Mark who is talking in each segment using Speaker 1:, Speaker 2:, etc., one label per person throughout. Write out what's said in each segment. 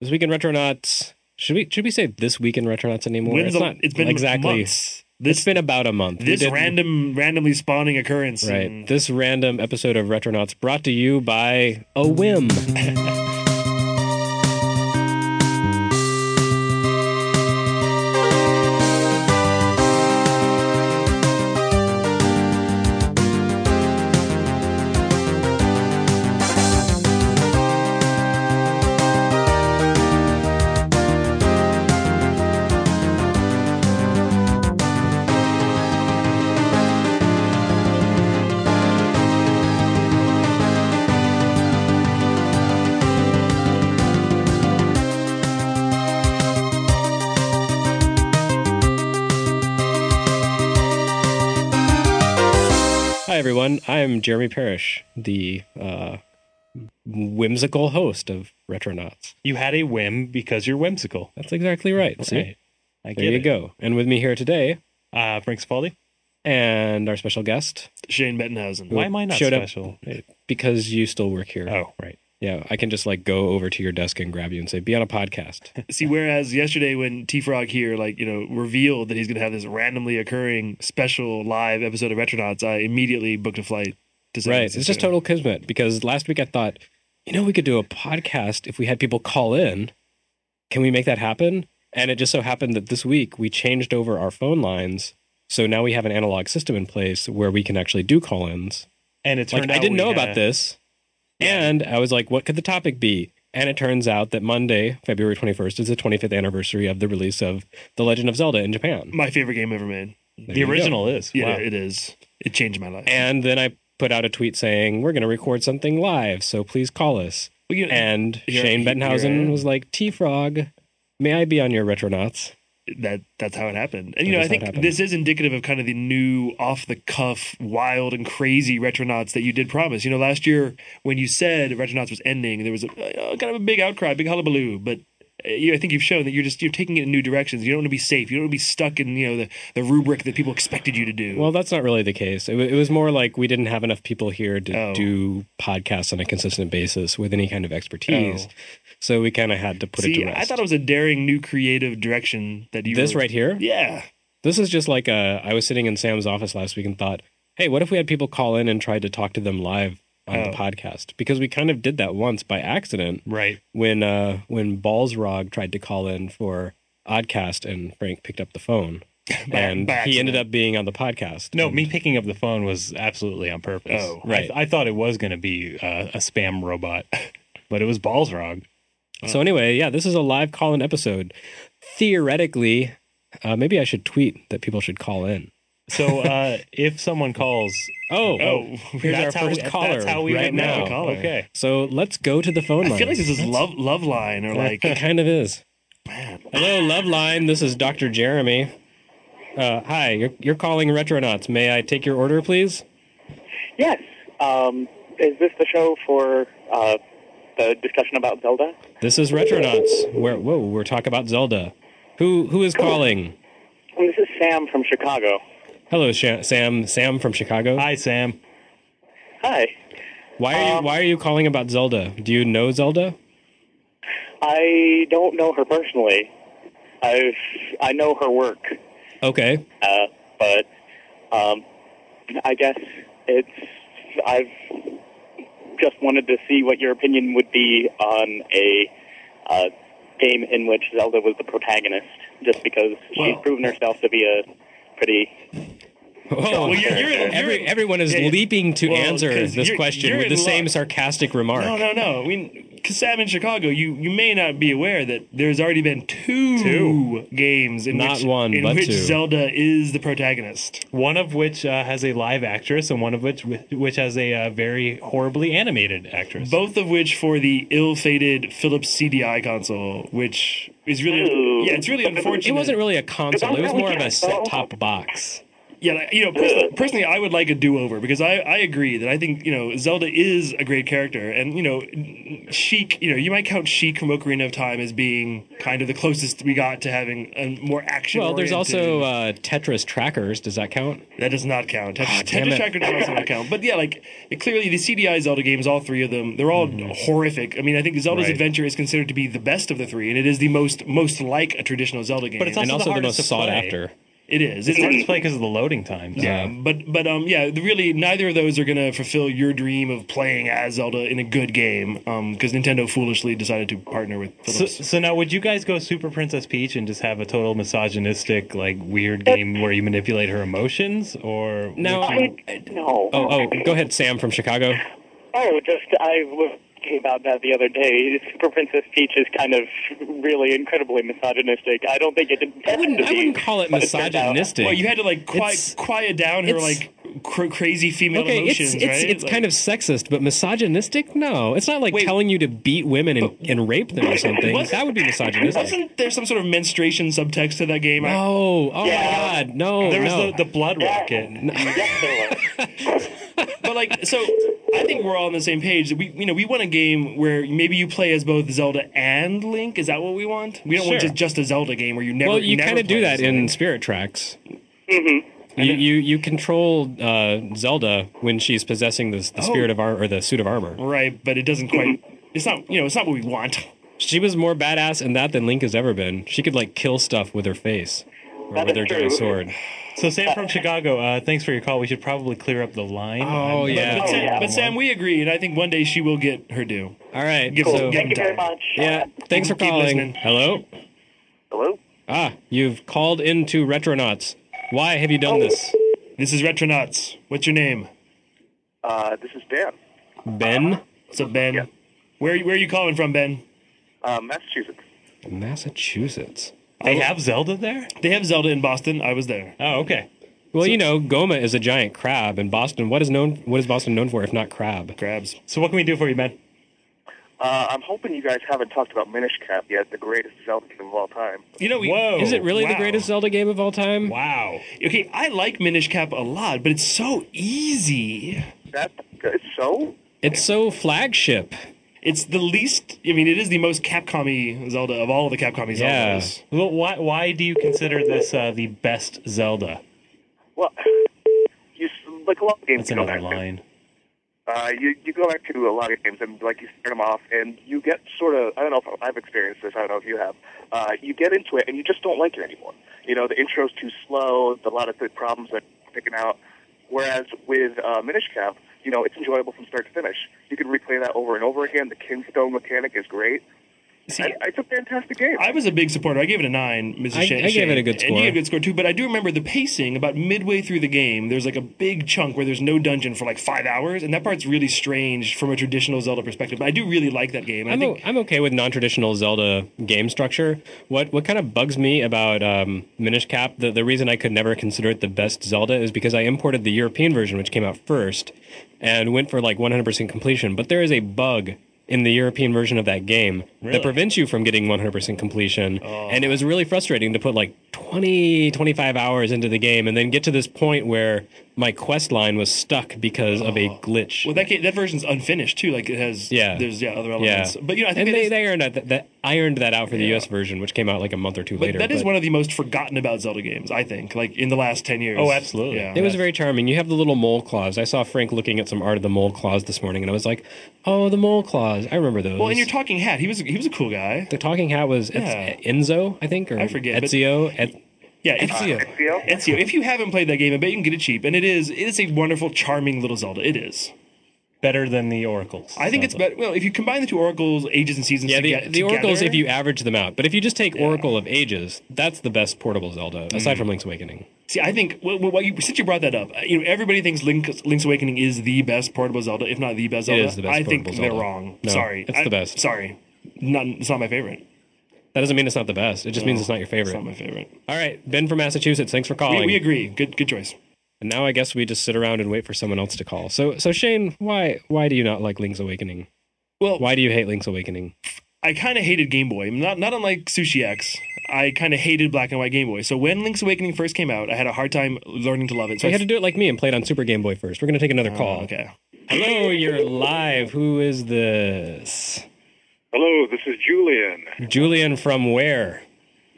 Speaker 1: This week in Retronauts. Should we should we say this week in Retronauts anymore?
Speaker 2: When's
Speaker 1: it's
Speaker 2: the-
Speaker 1: not
Speaker 2: it's been
Speaker 1: exactly.
Speaker 2: months. This
Speaker 1: it's been about a month. We
Speaker 2: this
Speaker 1: did-
Speaker 2: random randomly spawning occurrence.
Speaker 1: right.
Speaker 2: and-
Speaker 1: This random episode of Retronauts brought to you by a whim. Hi everyone. I'm Jeremy Parrish, the uh, whimsical host of Retronauts.
Speaker 2: you had a whim because you're whimsical.
Speaker 1: That's exactly right. See?
Speaker 2: Right. I get
Speaker 1: There you
Speaker 2: it.
Speaker 1: go. And with me here today,
Speaker 2: Uh, Frank Spaldi,
Speaker 1: and our special guest.
Speaker 2: Shane Bettenhausen.
Speaker 1: who
Speaker 2: Why am I not
Speaker 1: showed up-
Speaker 2: special?
Speaker 1: Because you still work here.
Speaker 2: Oh, right.
Speaker 1: Yeah, I can just like go over to your desk and grab you and say, "Be on a podcast."
Speaker 2: See, whereas yesterday when T Frog here, like you know, revealed that he's going to have this randomly occurring special live episode of Retronauts, I immediately booked a flight to San
Speaker 1: right.
Speaker 2: Francisco.
Speaker 1: It's just total kismet because last week I thought, you know, we could do a podcast if we had people call in. Can we make that happen? And it just so happened that this week we changed over our phone lines. So now we have an analog system in place where we can actually do call ins.
Speaker 2: And it turned
Speaker 1: Like,
Speaker 2: out
Speaker 1: I didn't
Speaker 2: we
Speaker 1: know
Speaker 2: had
Speaker 1: about
Speaker 2: a-
Speaker 1: this.
Speaker 2: Yeah.
Speaker 1: And I was like, what could the topic be? And it turns out that Monday, February 21st, is the 25th anniversary of the release of The Legend of Zelda in Japan.
Speaker 2: My favorite game ever made.
Speaker 1: you
Speaker 3: The
Speaker 1: go.
Speaker 3: original is.
Speaker 2: Yeah,
Speaker 3: Wow.
Speaker 2: it is. It changed my life.
Speaker 1: And then I put out a tweet saying, We're going to record something live, so please call us.
Speaker 2: Well, you-
Speaker 1: And
Speaker 2: Here-
Speaker 1: Shane
Speaker 2: here I
Speaker 1: Bettenhausen
Speaker 2: am.
Speaker 1: was like, T Frog, may I be on your Retronauts?
Speaker 2: that that's how it happened. And you
Speaker 1: That is
Speaker 2: know, I
Speaker 1: how it
Speaker 2: think
Speaker 1: happened.
Speaker 2: this is indicative of kind of the new off the cuff, wild and crazy retronauts that you did promise. You know, last year when you said retronauts was ending, there was a, uh, kind of a big outcry, big hullabaloo, but. uh, You, I think you've shown that you're just you're taking it in new directions. You don't want to be safe. You don't want to be stuck in you know the, the rubric that people expected you to do.
Speaker 1: Well, that's not really the case. It, wa- it was more like we didn't have enough people here to
Speaker 2: Oh.
Speaker 1: do podcasts on a consistent basis with any kind of expertise.
Speaker 2: Oh.
Speaker 1: So we kind of had to put it
Speaker 2: see,
Speaker 1: to rest.
Speaker 2: I thought it was a daring new creative direction that you.
Speaker 1: this
Speaker 2: were-
Speaker 1: right here,
Speaker 2: Yeah.
Speaker 1: this is just like uh, I was sitting in Sam's office last week and thought, hey, what if we had people call in and tried to talk to them live on
Speaker 2: Oh.
Speaker 1: the podcast? Because we kind of did that once by accident.
Speaker 2: Right.
Speaker 1: when uh when Ballsrog tried to call in for Oddcast and Frank picked up the phone
Speaker 2: By-
Speaker 1: and
Speaker 2: by
Speaker 1: he
Speaker 2: accident.
Speaker 1: ended up being on the podcast.
Speaker 3: No, me picking up the phone was absolutely on purpose.
Speaker 2: Oh,
Speaker 3: I-
Speaker 1: Mm. right.
Speaker 3: I, thought it was going to be uh, a spam robot, but it was Balsrog.
Speaker 1: So anyway, yeah, this is a live call-in episode. Theoretically, uh, maybe I should tweet that people should call in.
Speaker 3: So uh, if someone calls,
Speaker 1: Oh,
Speaker 2: Oh,
Speaker 1: here's
Speaker 3: that's
Speaker 1: our
Speaker 3: how
Speaker 1: first
Speaker 3: we,
Speaker 1: caller
Speaker 3: That's how we
Speaker 1: right
Speaker 3: end up
Speaker 1: now.
Speaker 3: the caller. Okay.
Speaker 1: so let's go to the phone line.
Speaker 2: I feel like this is love love line or like
Speaker 1: it kind of is.
Speaker 2: man.
Speaker 1: Hello, love line. This is Dr. Jeremy. Uh, hi, you're, you're calling Retronauts. May I take your order, please?
Speaker 4: Yes. Um, is this the show for uh, the discussion about Zelda?
Speaker 1: This is Retronauts. Where whoa, we're talking about Zelda. Who who is calling?
Speaker 4: And this is Sam from Chicago.
Speaker 1: Hello, Sha Sam. Sam from Chicago.
Speaker 3: Hi, Sam.
Speaker 4: Hi.
Speaker 1: Why
Speaker 2: um,
Speaker 1: are you Why are you calling about Zelda? Do you know Zelda?
Speaker 4: I don't know her personally. I've I know her work,
Speaker 1: Okay.
Speaker 4: uh, but um, I guess it's I've just wanted to see what your opinion would be on a uh, game in which Zelda was the protagonist, just because she's
Speaker 2: Well-
Speaker 4: proven herself to be a pretty
Speaker 1: Oh,
Speaker 2: Well, you're, you're, in- you're
Speaker 1: every,
Speaker 2: in-
Speaker 1: everyone is
Speaker 2: yeah, yeah.
Speaker 1: leaping to
Speaker 2: Well,
Speaker 1: answer
Speaker 2: 'cause
Speaker 1: this
Speaker 2: you're-
Speaker 1: question
Speaker 2: you're
Speaker 1: with the
Speaker 2: in
Speaker 1: same
Speaker 2: luck.
Speaker 1: sarcastic remark.
Speaker 2: No, no, no. I mean, because Sam in Chicago, you, you may not be aware that there's already been two, games in
Speaker 1: Not
Speaker 2: which,
Speaker 1: one,
Speaker 2: in
Speaker 1: but
Speaker 2: which
Speaker 1: two.
Speaker 2: Zelda is the protagonist.
Speaker 3: One of which uh, has a live actress, and one of which which has a uh, very horribly animated actress.
Speaker 2: Both of which for the ill-fated Philips CDI console, which is really
Speaker 4: Ooh.
Speaker 2: yeah, it's really unfortunate.
Speaker 1: It wasn't really a console. It was more of a
Speaker 4: Zelda.
Speaker 1: set top box.
Speaker 2: Yeah, like, you know, personally, personally, I would like a do-over because I, I agree that I think you know Zelda is a great character, and you know, Sheik, you know, you might count Sheik from Ocarina of Time as being kind of the closest we got to having a more action.
Speaker 1: Well, there's also uh, Tetris trackers. Does that count?
Speaker 2: that does not count. Tetris,
Speaker 1: Ah, damn
Speaker 2: Tetris
Speaker 1: it.
Speaker 2: Tracker does also not count. But yeah, like it- clearly the CDI Zelda games, all three of them, they're all
Speaker 1: Hmm.
Speaker 2: horrific. I mean, I think Zelda's
Speaker 3: Right.
Speaker 2: Adventure is considered to be the best of the three, and it is the most most like a traditional Zelda game.
Speaker 3: But it's
Speaker 1: and
Speaker 3: Also
Speaker 1: also
Speaker 3: the
Speaker 1: the
Speaker 3: hardest
Speaker 1: most
Speaker 3: to
Speaker 1: sought
Speaker 3: play.
Speaker 1: after.
Speaker 2: it is.
Speaker 3: It's hard to play because of the loading times.
Speaker 2: Yeah, but but um, yeah, the- really, neither of those are gonna fulfill your dream of playing as Zelda in a good game. Um, because Nintendo foolishly decided to partner with
Speaker 3: So,
Speaker 2: Philips.
Speaker 3: so now, would you guys go Super Princess Peach and just have a total misogynistic, like weird game where you manipulate her emotions, or
Speaker 1: No,
Speaker 3: would you-
Speaker 1: I-
Speaker 4: No.
Speaker 1: oh, oh, go ahead, Sam from Chicago.
Speaker 4: Oh, just I was thinking about that the other day. Super Princess Peach is kind of really incredibly misogynistic. I don't think it.
Speaker 1: I wouldn't, I wouldn't call it
Speaker 4: but it turned out-
Speaker 1: misogynistic.
Speaker 2: well, you had to like quiet,
Speaker 1: It's-
Speaker 2: quiet down her
Speaker 1: it's-
Speaker 2: like cr- crazy female
Speaker 1: okay,
Speaker 2: emotions,
Speaker 1: it's it's,
Speaker 2: right?
Speaker 1: it's kind of sexist, but misogynistic? No, it's not like
Speaker 2: Wait.
Speaker 1: telling you to beat women and, and rape them or something.
Speaker 2: Wasn't-
Speaker 1: that would be misogynistic.
Speaker 2: Wasn't there some sort of menstruation subtext to that game? I-
Speaker 1: Oh, oh
Speaker 4: Yeah.
Speaker 1: my God, no,
Speaker 3: there was
Speaker 1: no.
Speaker 3: the, the blood rocket.
Speaker 4: Yes, there was.
Speaker 2: but like so i think we're all on the same page we you know we want a game where maybe you play as both zelda and link is that what we want we don't want
Speaker 3: Sure.
Speaker 2: just, just a zelda game where you never
Speaker 1: well, you
Speaker 2: never
Speaker 1: kind of do
Speaker 2: play Mm-hmm.
Speaker 1: that
Speaker 2: as
Speaker 1: in
Speaker 2: Link.
Speaker 1: Spirit Tracks. You, you you control uh, Zelda when she's possessing the,
Speaker 2: Oh.
Speaker 1: the spirit of armor or the suit of armor.
Speaker 2: right but it doesn't quite it's not you know it's not what we want
Speaker 1: She was more badass in that than Link has ever been. She could like kill stuff with her face or
Speaker 4: That
Speaker 1: with
Speaker 4: is
Speaker 1: her giant
Speaker 4: true.
Speaker 1: sword.
Speaker 3: So, Sam from Chicago, uh, thanks for your call. We should probably clear up the line.
Speaker 1: Oh,
Speaker 3: I'm-
Speaker 1: yeah.
Speaker 2: but,
Speaker 4: Oh,
Speaker 2: sam,
Speaker 4: yeah.
Speaker 2: but sam we agree and i think one day she will get her due
Speaker 1: All right,
Speaker 2: Give
Speaker 1: so
Speaker 2: us- give-
Speaker 4: Thank you very
Speaker 2: Done.
Speaker 4: much.
Speaker 1: yeah, thanks for
Speaker 2: Keep
Speaker 1: calling.
Speaker 2: listening.
Speaker 1: Hello,
Speaker 4: Hello.
Speaker 1: ah, you've called into Retronauts. Why have you done this,
Speaker 2: this is retronauts what's your name
Speaker 5: Uh, this is Dan,
Speaker 1: Ben?
Speaker 2: what's up ben where, where are you calling from ben
Speaker 5: uh, Massachusetts.
Speaker 1: Massachusetts.
Speaker 3: They have Zelda there?
Speaker 2: they have zelda in boston i was there
Speaker 3: Oh, okay.
Speaker 1: Well, you know, Goma is a giant crab, and Boston. What is known? What is Boston known for if not crab?
Speaker 2: grabs
Speaker 3: So, what can we do for you, Ben?
Speaker 5: Uh, I'm hoping you guys haven't talked about Minish Cap yet, the greatest Zelda game of all time.
Speaker 2: you know we,
Speaker 3: Whoa.
Speaker 1: Is it really the
Speaker 2: wow.
Speaker 1: greatest Zelda game of all time?
Speaker 3: Wow.
Speaker 2: okay i like minish cap a lot but it's so easy
Speaker 5: That it's so.
Speaker 1: It's so flagship.
Speaker 2: It's the least. I mean, it is the most Capcom-y Zelda of all the Capcom-y
Speaker 1: Yeah.
Speaker 2: Zeldas.
Speaker 3: Well, why, why do you consider this uh, the best Zelda?
Speaker 5: Well, you s- like a lot of games.
Speaker 3: That's
Speaker 5: you go
Speaker 3: another
Speaker 5: back
Speaker 3: line.
Speaker 5: To, uh, you you go back to a lot of games and like you start them off and you get sort of I don't know if I've experienced this. I don't know if you have. Uh, you get into it and you just don't like it anymore. You know the intro's too slow. A lot of the problems that are picking out. Whereas with uh, Minish Cap, you know it's enjoyable from start to finish. You can replay that over and over again. The Kingstone mechanic is great.
Speaker 2: See,
Speaker 5: I, it's a fantastic game.
Speaker 2: I was a big supporter. I gave it a nine, Mrs.
Speaker 1: I-
Speaker 2: Shea-
Speaker 1: I gave it a good
Speaker 2: And
Speaker 1: score.
Speaker 2: you gave it a good score too. But I do remember the pacing. About midway through the game, there's like a big chunk where there's no dungeon for like five hours, and that part's really strange from a traditional Zelda perspective. But I do really like that game. And
Speaker 1: I'm,
Speaker 2: I
Speaker 1: o-
Speaker 2: think
Speaker 1: I'm okay with non-traditional Zelda game structure. What what kind of bugs me about um, Minish Cap, the, the reason I could never consider it the best Zelda is because I imported the European version, which came out first, and went for like 100% completion. But there is a bug in the European version of that game that prevents you from getting 100% completion.
Speaker 2: Oh.
Speaker 1: And it was really frustrating to put like 20, 25 hours into the game and then get to this point where my quest line was stuck because of a glitch.
Speaker 2: Oh. well, that game, that version's unfinished too. Like it has.
Speaker 1: Yeah.
Speaker 2: There's yeah other elements. But you know, I
Speaker 1: and
Speaker 2: think that
Speaker 1: they,
Speaker 2: is-
Speaker 1: they earned that, that, that I earned that out for the US version, which came out like a month or two
Speaker 2: but
Speaker 1: later.
Speaker 2: that is one of the most forgotten about Zelda games. I think. Like in the last ten years.
Speaker 3: Oh, absolutely.
Speaker 2: Yeah.
Speaker 1: it was very charming. You have the little mole claws. I saw Frank looking at some art of the mole claws this morning, and I was like, "Oh, the mole claws! I remember those."
Speaker 2: well, and your talking hat. He was he was a cool guy.
Speaker 1: the talking hat was
Speaker 2: Yeah.
Speaker 1: Etz- Enzo, I think, or
Speaker 2: I forget, but- Uh,
Speaker 1: Ezio. Et-
Speaker 2: Yeah, it's,
Speaker 1: Ezio.
Speaker 5: Theo?
Speaker 2: Ezio, if you haven't played that game, I bet you can get it cheap. And it is it is a wonderful, charming little Zelda. It is.
Speaker 3: Better than the Oracles.
Speaker 2: I think it's
Speaker 3: Zelda.
Speaker 2: better. Well, if you combine the two Oracles, Ages and Seasons,
Speaker 1: Yeah,
Speaker 2: toge-
Speaker 1: the,
Speaker 2: together,
Speaker 1: the oracles. If you average them out, but if you just take Oracle of Ages, that's the best portable Zelda
Speaker 2: Mm.
Speaker 1: aside from Link's Awakening.
Speaker 2: see, I think well, well, you, since you brought that up, you know everybody thinks Link's, Link's Awakening is the best portable Zelda, if not the best Zelda.
Speaker 1: is the best
Speaker 2: I think
Speaker 1: portable
Speaker 2: they're
Speaker 1: Zelda.
Speaker 2: wrong.
Speaker 1: No,
Speaker 2: sorry,
Speaker 1: it's the
Speaker 2: I-
Speaker 1: best.
Speaker 2: Sorry, not it's not my favorite.
Speaker 1: That doesn't mean it's not the best. It just means it's not your
Speaker 2: It's
Speaker 1: favorite.
Speaker 2: not my favorite.
Speaker 1: All right, Ben from Massachusetts. Thanks for calling.
Speaker 2: We, we agree. Good good choice.
Speaker 1: And now I guess we just sit around and wait for someone else to call. So so Shane, why why do you not like Link's Awakening?
Speaker 2: Well,
Speaker 1: Why do you hate Link's Awakening?
Speaker 2: I kind of hated Game Boy, not not unlike Sushi X. I kind of hated black and white Game Boy. So when Link's Awakening first came out, I had a hard time learning to love it.
Speaker 1: So
Speaker 2: I
Speaker 1: you had to do it like me and play it on Super Game Boy first. We're going to take another call.
Speaker 2: Oh, okay.
Speaker 1: Hello, you're live. Who is this?
Speaker 6: Hello, this is Julian.
Speaker 1: Julian from where?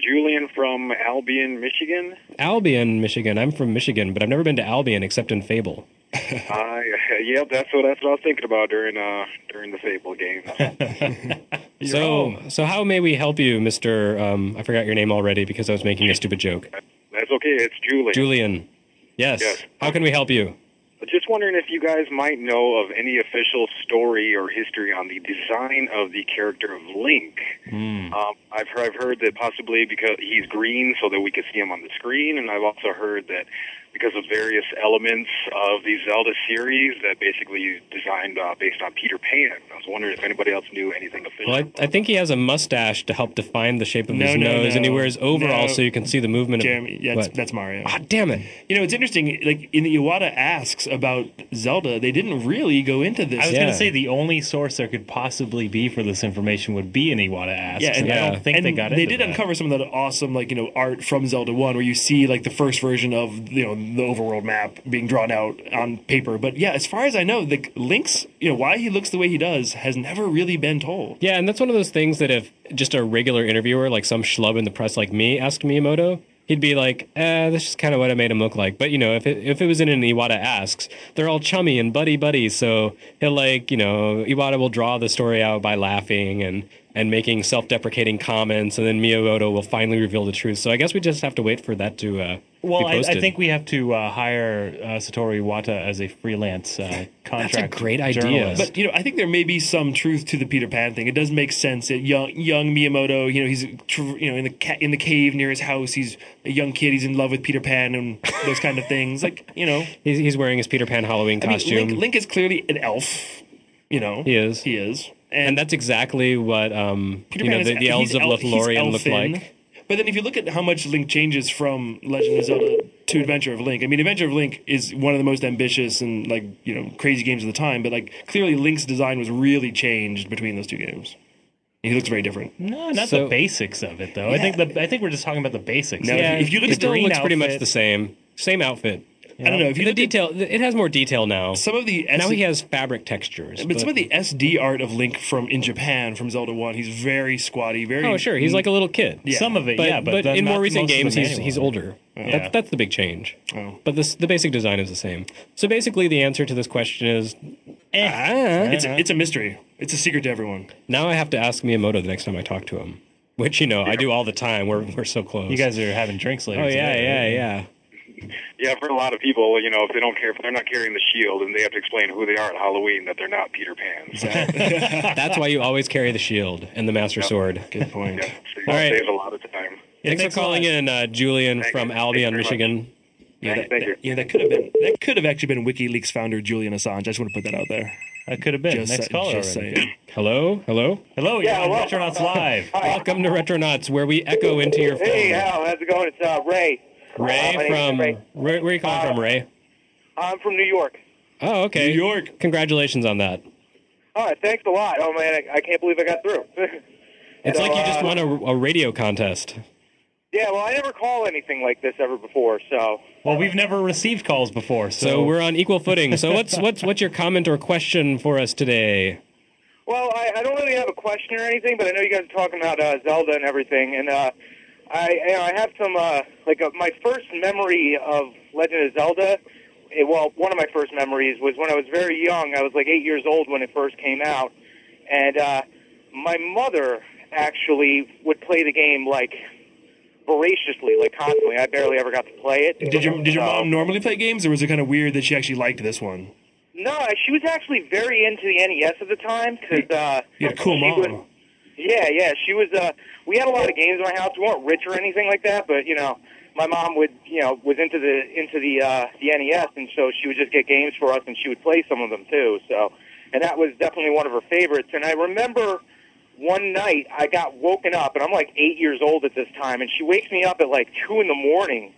Speaker 6: Julian from Albion, Michigan.
Speaker 1: Albion, Michigan. I'm from Michigan, but I've never been to Albion except in Fable.
Speaker 6: I yeah, that's what that's what I was thinking about during uh during the Fable game.
Speaker 1: so, so how may we help you, Mister? Um, I forgot your name already because I was making a stupid joke.
Speaker 6: That's okay. It's Julian.
Speaker 1: Julian. Yes.
Speaker 6: Yes.
Speaker 1: How can we help you?
Speaker 6: Just wondering if you guys might know of any official story or history on the design of the character of Link. Um, I've heard, I've heard that possibly because he's green, so that we could see him on the screen, and I've also heard that because of various elements of the Zelda series, that basically he's designed uh, based on Peter Pan. I was wondering if anybody else knew anything official.
Speaker 1: Well, I, I think he has a mustache to help define the shape of
Speaker 2: No,
Speaker 1: his
Speaker 2: no,
Speaker 1: nose, and he
Speaker 2: no.
Speaker 1: wears overalls
Speaker 2: No.
Speaker 1: so you can see the movement.
Speaker 2: Jeremy,
Speaker 1: of,
Speaker 2: yeah, that's,
Speaker 1: What?
Speaker 2: that's Mario.
Speaker 1: Ah, damn it!
Speaker 2: You know, it's interesting. Like in the Iwata asks about Zelda, they didn't really go into this.
Speaker 3: I was
Speaker 1: Yeah.
Speaker 3: going to say the only source there could possibly be for this information would be an Iwata ask.
Speaker 2: Yeah, and-
Speaker 3: and I
Speaker 1: yeah.
Speaker 3: don't think
Speaker 2: and
Speaker 3: they got
Speaker 2: They
Speaker 3: into
Speaker 2: did
Speaker 3: that.
Speaker 2: uncover some of that awesome, like you know, art from Zelda One, where you see like the first version of you know the overworld map being drawn out on paper. But yeah, as far as I know, the Link's you know why he looks the way he does has never really been told.
Speaker 1: Yeah, and that's one of those things that if just a regular interviewer, like some schlub in the press like me, asked Miyamoto, he'd be like, eh, that's just kind of what I made him look like. But, you know, if it, if it was in an Iwata Asks, they're all chummy and buddy-buddy, so he'll, like, you know, Iwata will draw the story out by laughing and, and making self-deprecating comments, and then Miyamoto will finally reveal the truth. So I guess we just have to wait for that to uh,
Speaker 3: Well,
Speaker 1: be
Speaker 3: I,
Speaker 1: posted.
Speaker 3: I think we have to uh, hire uh, Satoru Iwata as a freelance uh, contract.
Speaker 1: great idea.
Speaker 3: journalist.
Speaker 2: But you know, I think there may be some truth to the Peter Pan thing. It does make sense that young young Miyamoto, you know, he's tr- you know in the ca- in the cave near his house. He's a young kid. He's in love with Peter Pan and those kind of things. Like you know,
Speaker 1: he's, he's wearing his Peter Pan Halloween
Speaker 2: I mean,
Speaker 1: costume.
Speaker 2: Link, Link is clearly an elf. You know,
Speaker 1: He is.
Speaker 2: He is.
Speaker 1: and that's exactly what, um,
Speaker 2: Peter
Speaker 1: you know,
Speaker 2: Pan
Speaker 1: the,
Speaker 2: is-
Speaker 1: the elves
Speaker 2: he's
Speaker 1: of
Speaker 2: el- he's
Speaker 1: Lothlorien look
Speaker 2: elfin.
Speaker 1: like.
Speaker 2: But then if you look at how much Link changes from Legend of Zelda to Adventure of Link, I mean, Adventure of Link is one of the most ambitious and like you know crazy games of the time. But like clearly, Link's design was really changed between those two games. He looks very different.
Speaker 3: no, not
Speaker 1: So-
Speaker 3: the basics of it though. I think the I think we're just talking about the basics.
Speaker 2: No,
Speaker 3: yeah.
Speaker 2: if you look
Speaker 1: it
Speaker 2: at the
Speaker 1: still
Speaker 2: green
Speaker 1: looks pretty much
Speaker 2: outfit-
Speaker 1: the same. Same outfit.
Speaker 2: I don't know if you
Speaker 1: the
Speaker 2: look at
Speaker 1: detail. it has more detail now.
Speaker 2: some of the
Speaker 1: now
Speaker 2: SD
Speaker 1: he has fabric textures.
Speaker 2: but some of the SD art of Link from in Japan from Zelda One, he's very squatty, very
Speaker 1: oh sure, he's like a little kid.
Speaker 3: Some of it,
Speaker 1: But,
Speaker 3: yeah, but,
Speaker 1: but
Speaker 3: then
Speaker 1: in
Speaker 3: not
Speaker 1: more recent
Speaker 3: most of
Speaker 1: games,
Speaker 3: them
Speaker 1: he's
Speaker 3: anyway.
Speaker 1: he's older.
Speaker 3: Yeah.
Speaker 1: That, that's the big change.
Speaker 2: Oh.
Speaker 1: But this the basic design is the same. So basically, the answer to this question is, eh.
Speaker 2: it's a, it's a mystery. It's a secret to everyone.
Speaker 1: now I have to ask Miyamoto the next time I talk to him, which you know I do all the time. We're we're so close.
Speaker 3: You guys are having drinks later.
Speaker 1: Oh yeah,
Speaker 3: today,
Speaker 1: yeah,
Speaker 3: right?
Speaker 1: yeah.
Speaker 6: Yeah, for a lot of people, you know, if they don't care, if they're not carrying the shield, and they have to explain who they are at Halloween, that they're not Peter Pan. So,
Speaker 1: That's why you always carry the shield and the master sword.
Speaker 2: Good point.
Speaker 6: yeah, so you
Speaker 1: All right.
Speaker 6: save a lot of time.
Speaker 3: Yeah,
Speaker 1: Thanks,
Speaker 3: thanks a
Speaker 1: for calling
Speaker 3: lot.
Speaker 1: in, uh, Julian
Speaker 6: Thank
Speaker 1: from
Speaker 6: you.
Speaker 1: Albion,
Speaker 6: Thank you very
Speaker 1: Michigan.
Speaker 6: much.
Speaker 2: Yeah,
Speaker 6: Thank-
Speaker 2: that,
Speaker 6: thank you.
Speaker 2: that- yeah, that could have been that could have actually been WikiLeaks founder Julian Assange. I just want to put that out there.
Speaker 3: That could have been
Speaker 2: Just
Speaker 3: next
Speaker 2: say-
Speaker 3: caller
Speaker 2: just
Speaker 3: already.
Speaker 2: saying.
Speaker 1: Hello, hello.
Speaker 3: Hello, yeah,
Speaker 7: well-
Speaker 3: Retronauts Live.
Speaker 1: Welcome to Retronauts, where we echo into your phone.
Speaker 7: Hey, Al, how's it going? It's uh, Ray.
Speaker 1: Ray
Speaker 7: Uh, my name is
Speaker 1: from
Speaker 7: Ray.
Speaker 1: where, where are you calling from, Ray?
Speaker 7: I'm from New York.
Speaker 1: Oh, okay.
Speaker 2: New York.
Speaker 1: Congratulations on that.
Speaker 7: All right, thanks a lot. Oh man, I, I can't believe I got through.
Speaker 1: It's
Speaker 7: So,
Speaker 1: like you just
Speaker 7: uh,
Speaker 1: won a, a radio contest.
Speaker 7: yeah, well, I never call anything like this ever before, so
Speaker 3: Well, we've never received calls before, so,
Speaker 1: So, we're on equal footing. So what's what's what's your comment or question for us today?
Speaker 7: Well, I, I don't really have a question or anything, but I know you guys are talking about uh, Zelda and everything, and uh, I you know, I have some uh, like uh, my first memory of Legend of Zelda. It, well, one of my first memories was when I was very young. I was like eight years old when it first came out, and uh, my mother actually would play the game like voraciously, like constantly. I barely ever got to play it.
Speaker 2: Did your did your
Speaker 7: So-
Speaker 2: mom normally play games, or was it kind of weird that she actually liked this one?
Speaker 7: No, she was actually very into the NES at the time because uh,
Speaker 2: You had a cool
Speaker 7: she
Speaker 2: mom.
Speaker 7: was- yeah, yeah, she was. Uh, we had a lot of games in my house. We weren't rich or anything like that, but you know, my mom would, you know, was into the into the uh, the NES, and so she would just get games for us, and she would play some of them too. So, and that was definitely one of her favorites. And I remember one night I got woken up, and I'm like eight years old at this time, and she wakes me up at like two in the morning,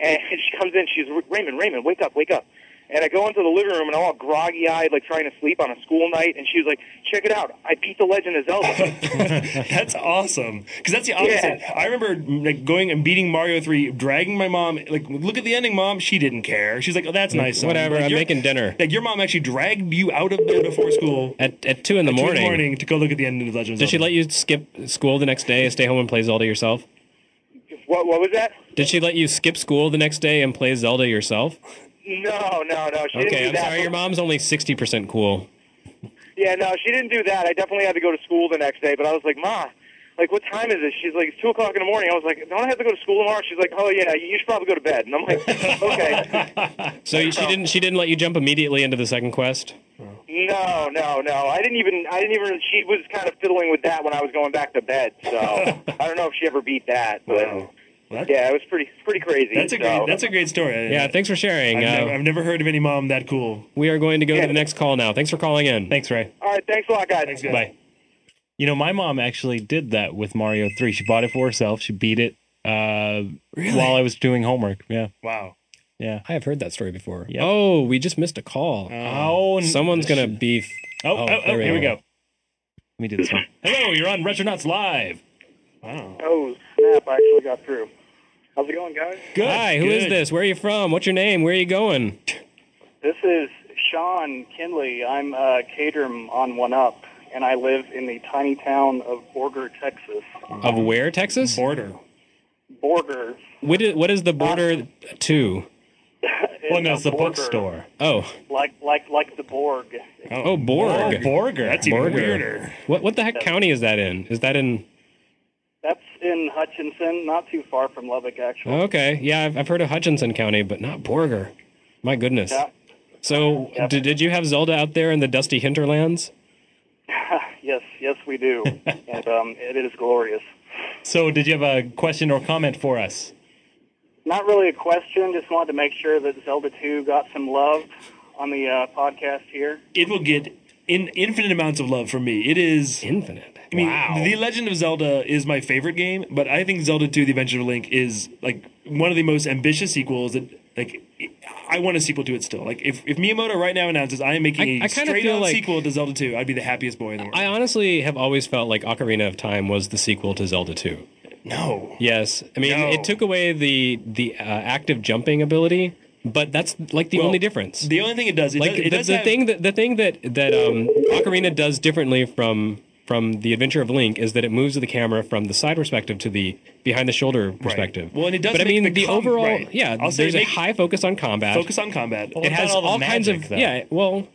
Speaker 7: and she comes in. She's Raymond, Raymond, wake up, wake up. And I go into the living room and I'm all groggy eyed, like trying to sleep on a school night. And she was like, check it out. I beat The Legend of Zelda.
Speaker 2: that's awesome because that's the opposite. I remember like going and beating Mario three, dragging my mom. Like, look at the ending, mom. She didn't care. She's like, oh, that's nice. son."
Speaker 1: whatever,
Speaker 2: Like,
Speaker 1: I'm
Speaker 2: your-
Speaker 1: making dinner.
Speaker 2: Like your mom actually dragged you out of bed before school
Speaker 1: At, at two in the
Speaker 2: two in the
Speaker 1: morning.
Speaker 2: morning to go look at the end of Legends.
Speaker 1: Did she let you skip school the next day and stay home and play Zelda yourself?
Speaker 7: what, what was that?
Speaker 1: Did she let you skip school the next day and play Zelda yourself?
Speaker 7: No, no, no. She didn't do
Speaker 1: Okay, I'm
Speaker 7: that.
Speaker 1: sorry, your mom's only 60% cool.
Speaker 7: Yeah, no, she didn't do that. I definitely had to go to school the next day, but I was like, Ma, like, what time is it? She's like, it's 2 o'clock in the morning. I was like, don't I have to go to school tomorrow? She's like, oh, yeah, you should probably go to bed. And I'm like, okay.
Speaker 1: So she didn't she didn't let you jump immediately into the second quest?
Speaker 7: No, no, no. I didn't even, I didn't even, she was kind of fiddling with that when I was going back to bed. So I don't know if she ever beat that, but
Speaker 2: Well, that-
Speaker 7: yeah, it was pretty, it's pretty crazy.
Speaker 2: That's a great.
Speaker 7: so.
Speaker 2: That's a great story.
Speaker 1: Yeah, thanks for sharing.
Speaker 2: I've,
Speaker 1: Uh,
Speaker 2: never, I've never heard of any mom that cool.
Speaker 1: we are going to go to the next call now. Thanks for calling in.
Speaker 3: Thanks, Ray.
Speaker 7: All right, thanks a lot, guys.
Speaker 2: Thanks, guys.
Speaker 3: Bye. You know, my mom actually did that with Mario 3. She bought it for herself. She beat it uh, while I was doing homework. Yeah.
Speaker 2: Wow.
Speaker 3: Yeah.
Speaker 1: I have heard that story before.
Speaker 3: Yep.
Speaker 1: Oh, we just missed a call.
Speaker 3: Oh, n-
Speaker 1: Someone's going to be.
Speaker 3: Oh, oh, oh,
Speaker 1: there
Speaker 3: here we go. Let me do this one. Hello, you're on Retronauts Live.
Speaker 5: Oh, snap, I actually got through. How's it going, guys?
Speaker 3: Good.
Speaker 1: Hi, who is
Speaker 3: good.
Speaker 1: this? Where are you from? What's your name? Where are you going?
Speaker 5: This is Sean Kinley. I'm a caterum on One Up, and I live in the tiny town of Borger, Texas.
Speaker 1: Of where, Texas?
Speaker 2: Border.
Speaker 5: Borger.
Speaker 1: What is, what is the border to?
Speaker 3: Well, no, it's the
Speaker 5: Borger.
Speaker 3: bookstore.
Speaker 1: Oh,
Speaker 5: Like, like, like the Borg.
Speaker 1: oh, Borg.
Speaker 3: Borger.
Speaker 2: That's even
Speaker 1: Border.
Speaker 2: weirder.
Speaker 1: What what the heck county is that in? Is that in?
Speaker 5: That's in Hutchinson, not too far from Lubbock, actually.
Speaker 1: Oh, okay, yeah, I've, I've heard of Hutchinson County, but not Borger. My goodness.
Speaker 5: Yeah.
Speaker 1: So did, did you have Zelda out there in the dusty hinterlands?
Speaker 5: Yes, yes, we do, and um, it is glorious.
Speaker 3: So, did you have a question or comment for us?
Speaker 5: Not really a question. Just wanted to make sure that Zelda 2 got some love on the uh, podcast here.
Speaker 2: It will get in infinite amounts of love from me. It is.
Speaker 1: Infinite.
Speaker 2: I mean, The Legend of Zelda is my favorite game, but I think Zelda 2: The Adventure of Link is like one of the most ambitious sequels that like I want a sequel to it still. Like if, if Miyamoto right now announces I am making
Speaker 1: I-
Speaker 2: a
Speaker 1: I kinda
Speaker 2: straight
Speaker 1: feel
Speaker 2: out
Speaker 1: like-
Speaker 2: sequel to Zelda 2, I'd be the happiest boy in the world.
Speaker 1: I honestly have always felt like Ocarina of Time was the sequel to Zelda 2.
Speaker 2: no.
Speaker 1: Yes, I mean
Speaker 2: No.
Speaker 1: it took away the the uh, active jumping ability, but that's like the
Speaker 2: Well,
Speaker 1: only difference.
Speaker 2: The only thing it does, it
Speaker 1: like
Speaker 2: does, it
Speaker 1: the,
Speaker 2: does
Speaker 1: the
Speaker 2: have-
Speaker 1: thing that the thing that that um, Ocarina does differently from from the Adventure of Link is that it moves the camera from the side perspective to the behind the shoulder perspective.
Speaker 2: Well, and it does
Speaker 1: But I
Speaker 2: make
Speaker 1: mean,
Speaker 2: the
Speaker 1: the,
Speaker 2: com-
Speaker 1: overall,
Speaker 2: right.
Speaker 1: yeah.
Speaker 2: I'll say
Speaker 1: there's
Speaker 2: it
Speaker 1: a
Speaker 2: make-
Speaker 1: high focus on combat.
Speaker 2: focus on combat.
Speaker 1: it has
Speaker 3: Without all
Speaker 1: all,
Speaker 3: the
Speaker 1: kinds
Speaker 3: magic,
Speaker 1: of
Speaker 3: though.
Speaker 1: yeah. Well,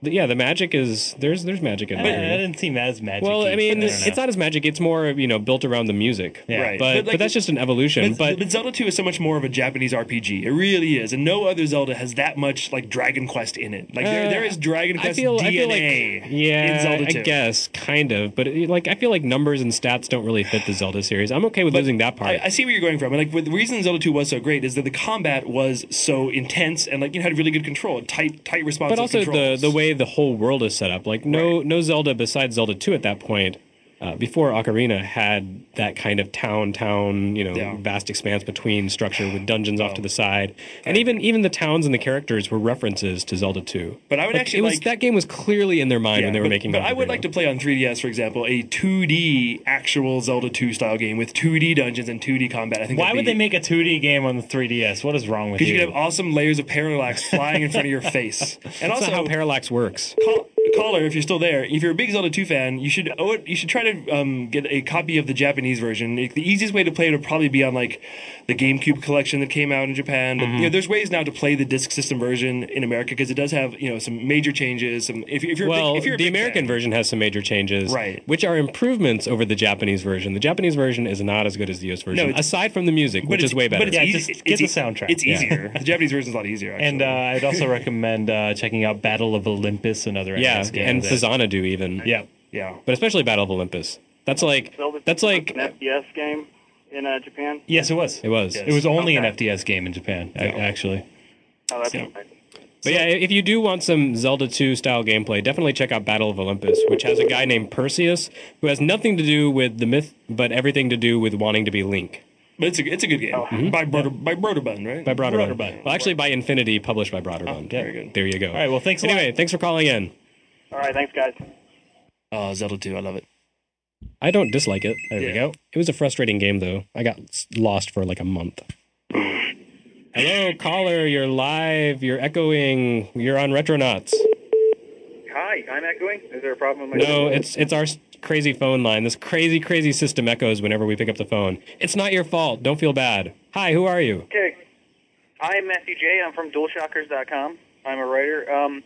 Speaker 1: the, yeah, the magic is there's there's magic in
Speaker 3: I, I
Speaker 1: there.
Speaker 3: didn't seem as magic.
Speaker 1: Well, I mean,
Speaker 3: it's
Speaker 1: it's not as magic. It's more you know built around the music.
Speaker 3: Yeah.
Speaker 2: Right.
Speaker 1: But but,
Speaker 2: But, like,
Speaker 1: that's just an evolution.
Speaker 2: But,
Speaker 1: But,
Speaker 2: but Zelda 2 is so much more of a Japanese RPG. It really is. And no other Zelda has that much like Dragon Quest in it. Like there,
Speaker 1: Uh,
Speaker 2: there is Dragon
Speaker 1: I
Speaker 2: Quest
Speaker 1: feel
Speaker 2: DNA
Speaker 1: I feel like yeah,
Speaker 2: in Zelda 2.
Speaker 1: I guess kind of, but it, like I feel like numbers and stats don't really fit the Zelda series. I'm okay with losing that part.
Speaker 2: I, I see where you're going from. And like with the reason Zelda 2 was so great is that the combat was so intense and like you had really good control, tight tight response.
Speaker 1: but also the the way the whole world is set up. Like no no Zelda besides Zelda two at that point. Uh, before Ocarina had that kind of town, town, you know,
Speaker 2: Yeah.
Speaker 1: vast expanse between structure with dungeons off to the side, and even even the towns and the characters were references to Zelda Two.
Speaker 2: But I would
Speaker 1: Like,
Speaker 2: actually
Speaker 1: it was,
Speaker 2: like-
Speaker 1: that game was clearly in their mind when they were
Speaker 2: but,
Speaker 1: making.
Speaker 2: but I would
Speaker 1: Ocarina.
Speaker 2: like to play on 3DS, for example, a 2D actual Zelda 2 style game with 2D dungeons and 2D combat. I think
Speaker 3: Why
Speaker 2: that'd
Speaker 3: would
Speaker 2: be-
Speaker 3: they make a 2D game on the 3DS? What is wrong with
Speaker 2: Because
Speaker 3: you?
Speaker 2: you could have awesome layers of parallax flying in front of your face, and
Speaker 1: That's
Speaker 2: also
Speaker 1: not how parallax works.
Speaker 2: call, caller, if you're still there, if you're a big Zelda 2 fan, you should owe it, you should try to um, get a copy of the Japanese version. The easiest way to play it would probably be on like the GameCube collection that came out in Japan. But,
Speaker 1: Mm-hmm.
Speaker 2: you know, there's ways now to play the disc system version in America because it does have you know some major changes. Some if, you- if you're a
Speaker 1: Well,
Speaker 2: big, if you're a
Speaker 1: the
Speaker 2: big
Speaker 1: American
Speaker 2: fan.
Speaker 1: version has some major changes,
Speaker 2: Right.
Speaker 1: Which are improvements over the Japanese version. The Japanese version is not as good as the U.S. version,
Speaker 2: it's-
Speaker 1: aside from the music, which
Speaker 2: it's-
Speaker 1: is way better.
Speaker 2: But it's
Speaker 3: Yeah,
Speaker 2: easy-
Speaker 3: just
Speaker 2: it's
Speaker 3: get the
Speaker 2: e-
Speaker 3: soundtrack,
Speaker 2: It's
Speaker 3: yeah.
Speaker 2: easier. The Japanese version's a lot easier. Actually.
Speaker 3: and uh, I'd also recommend uh, checking out Battle of Olympus E and other
Speaker 1: yeah,
Speaker 3: NES
Speaker 1: and
Speaker 3: games.
Speaker 1: Fazana do even,
Speaker 3: yeah.
Speaker 2: yeah.
Speaker 1: but especially Battle of Olympus. That's like
Speaker 5: Zelda 2
Speaker 1: that's
Speaker 5: was
Speaker 1: like
Speaker 5: an FPS game in uh, Japan.
Speaker 3: Yes, it was.
Speaker 1: it was.
Speaker 3: It was only
Speaker 5: Okay.
Speaker 3: an FDS game in Japan, a- actually.
Speaker 5: Oh, that's right.
Speaker 1: But yeah, if you do want some Zelda 2 style gameplay, definitely check out Battle of Olympus, which has a guy named Perseus who has nothing to do with the myth, but everything to do with wanting to be Link.
Speaker 2: But it's a it's a good game by Broder, by Broderbund,
Speaker 1: Mm-hmm.
Speaker 2: right?
Speaker 1: By Broderbund.
Speaker 2: Broderbund.
Speaker 1: Well, actually, by Infinity, published by Broderbund.
Speaker 2: Oh, very good.
Speaker 1: There you go. All
Speaker 3: right, well, thanks a lot.
Speaker 1: Anyway, thanks for calling in.
Speaker 7: All right, thanks, guys.
Speaker 2: Oh, Zelda 2, I love it.
Speaker 1: I don't dislike it. There
Speaker 2: Yeah.
Speaker 1: we go. It was a frustrating game, though. I got s- lost for like a month. Hello, caller. You're live. You're echoing. You're on Retronauts.
Speaker 5: Hi, I'm echoing. Is there a problem with my
Speaker 1: No, it's it's our s- crazy phone line. This crazy, crazy system echoes whenever we pick up the phone. It's not your fault. Don't feel bad. Hi, who are you?
Speaker 5: Okay. I'm Matthew J. I'm from DualShockers.com. I'm a writer. Um,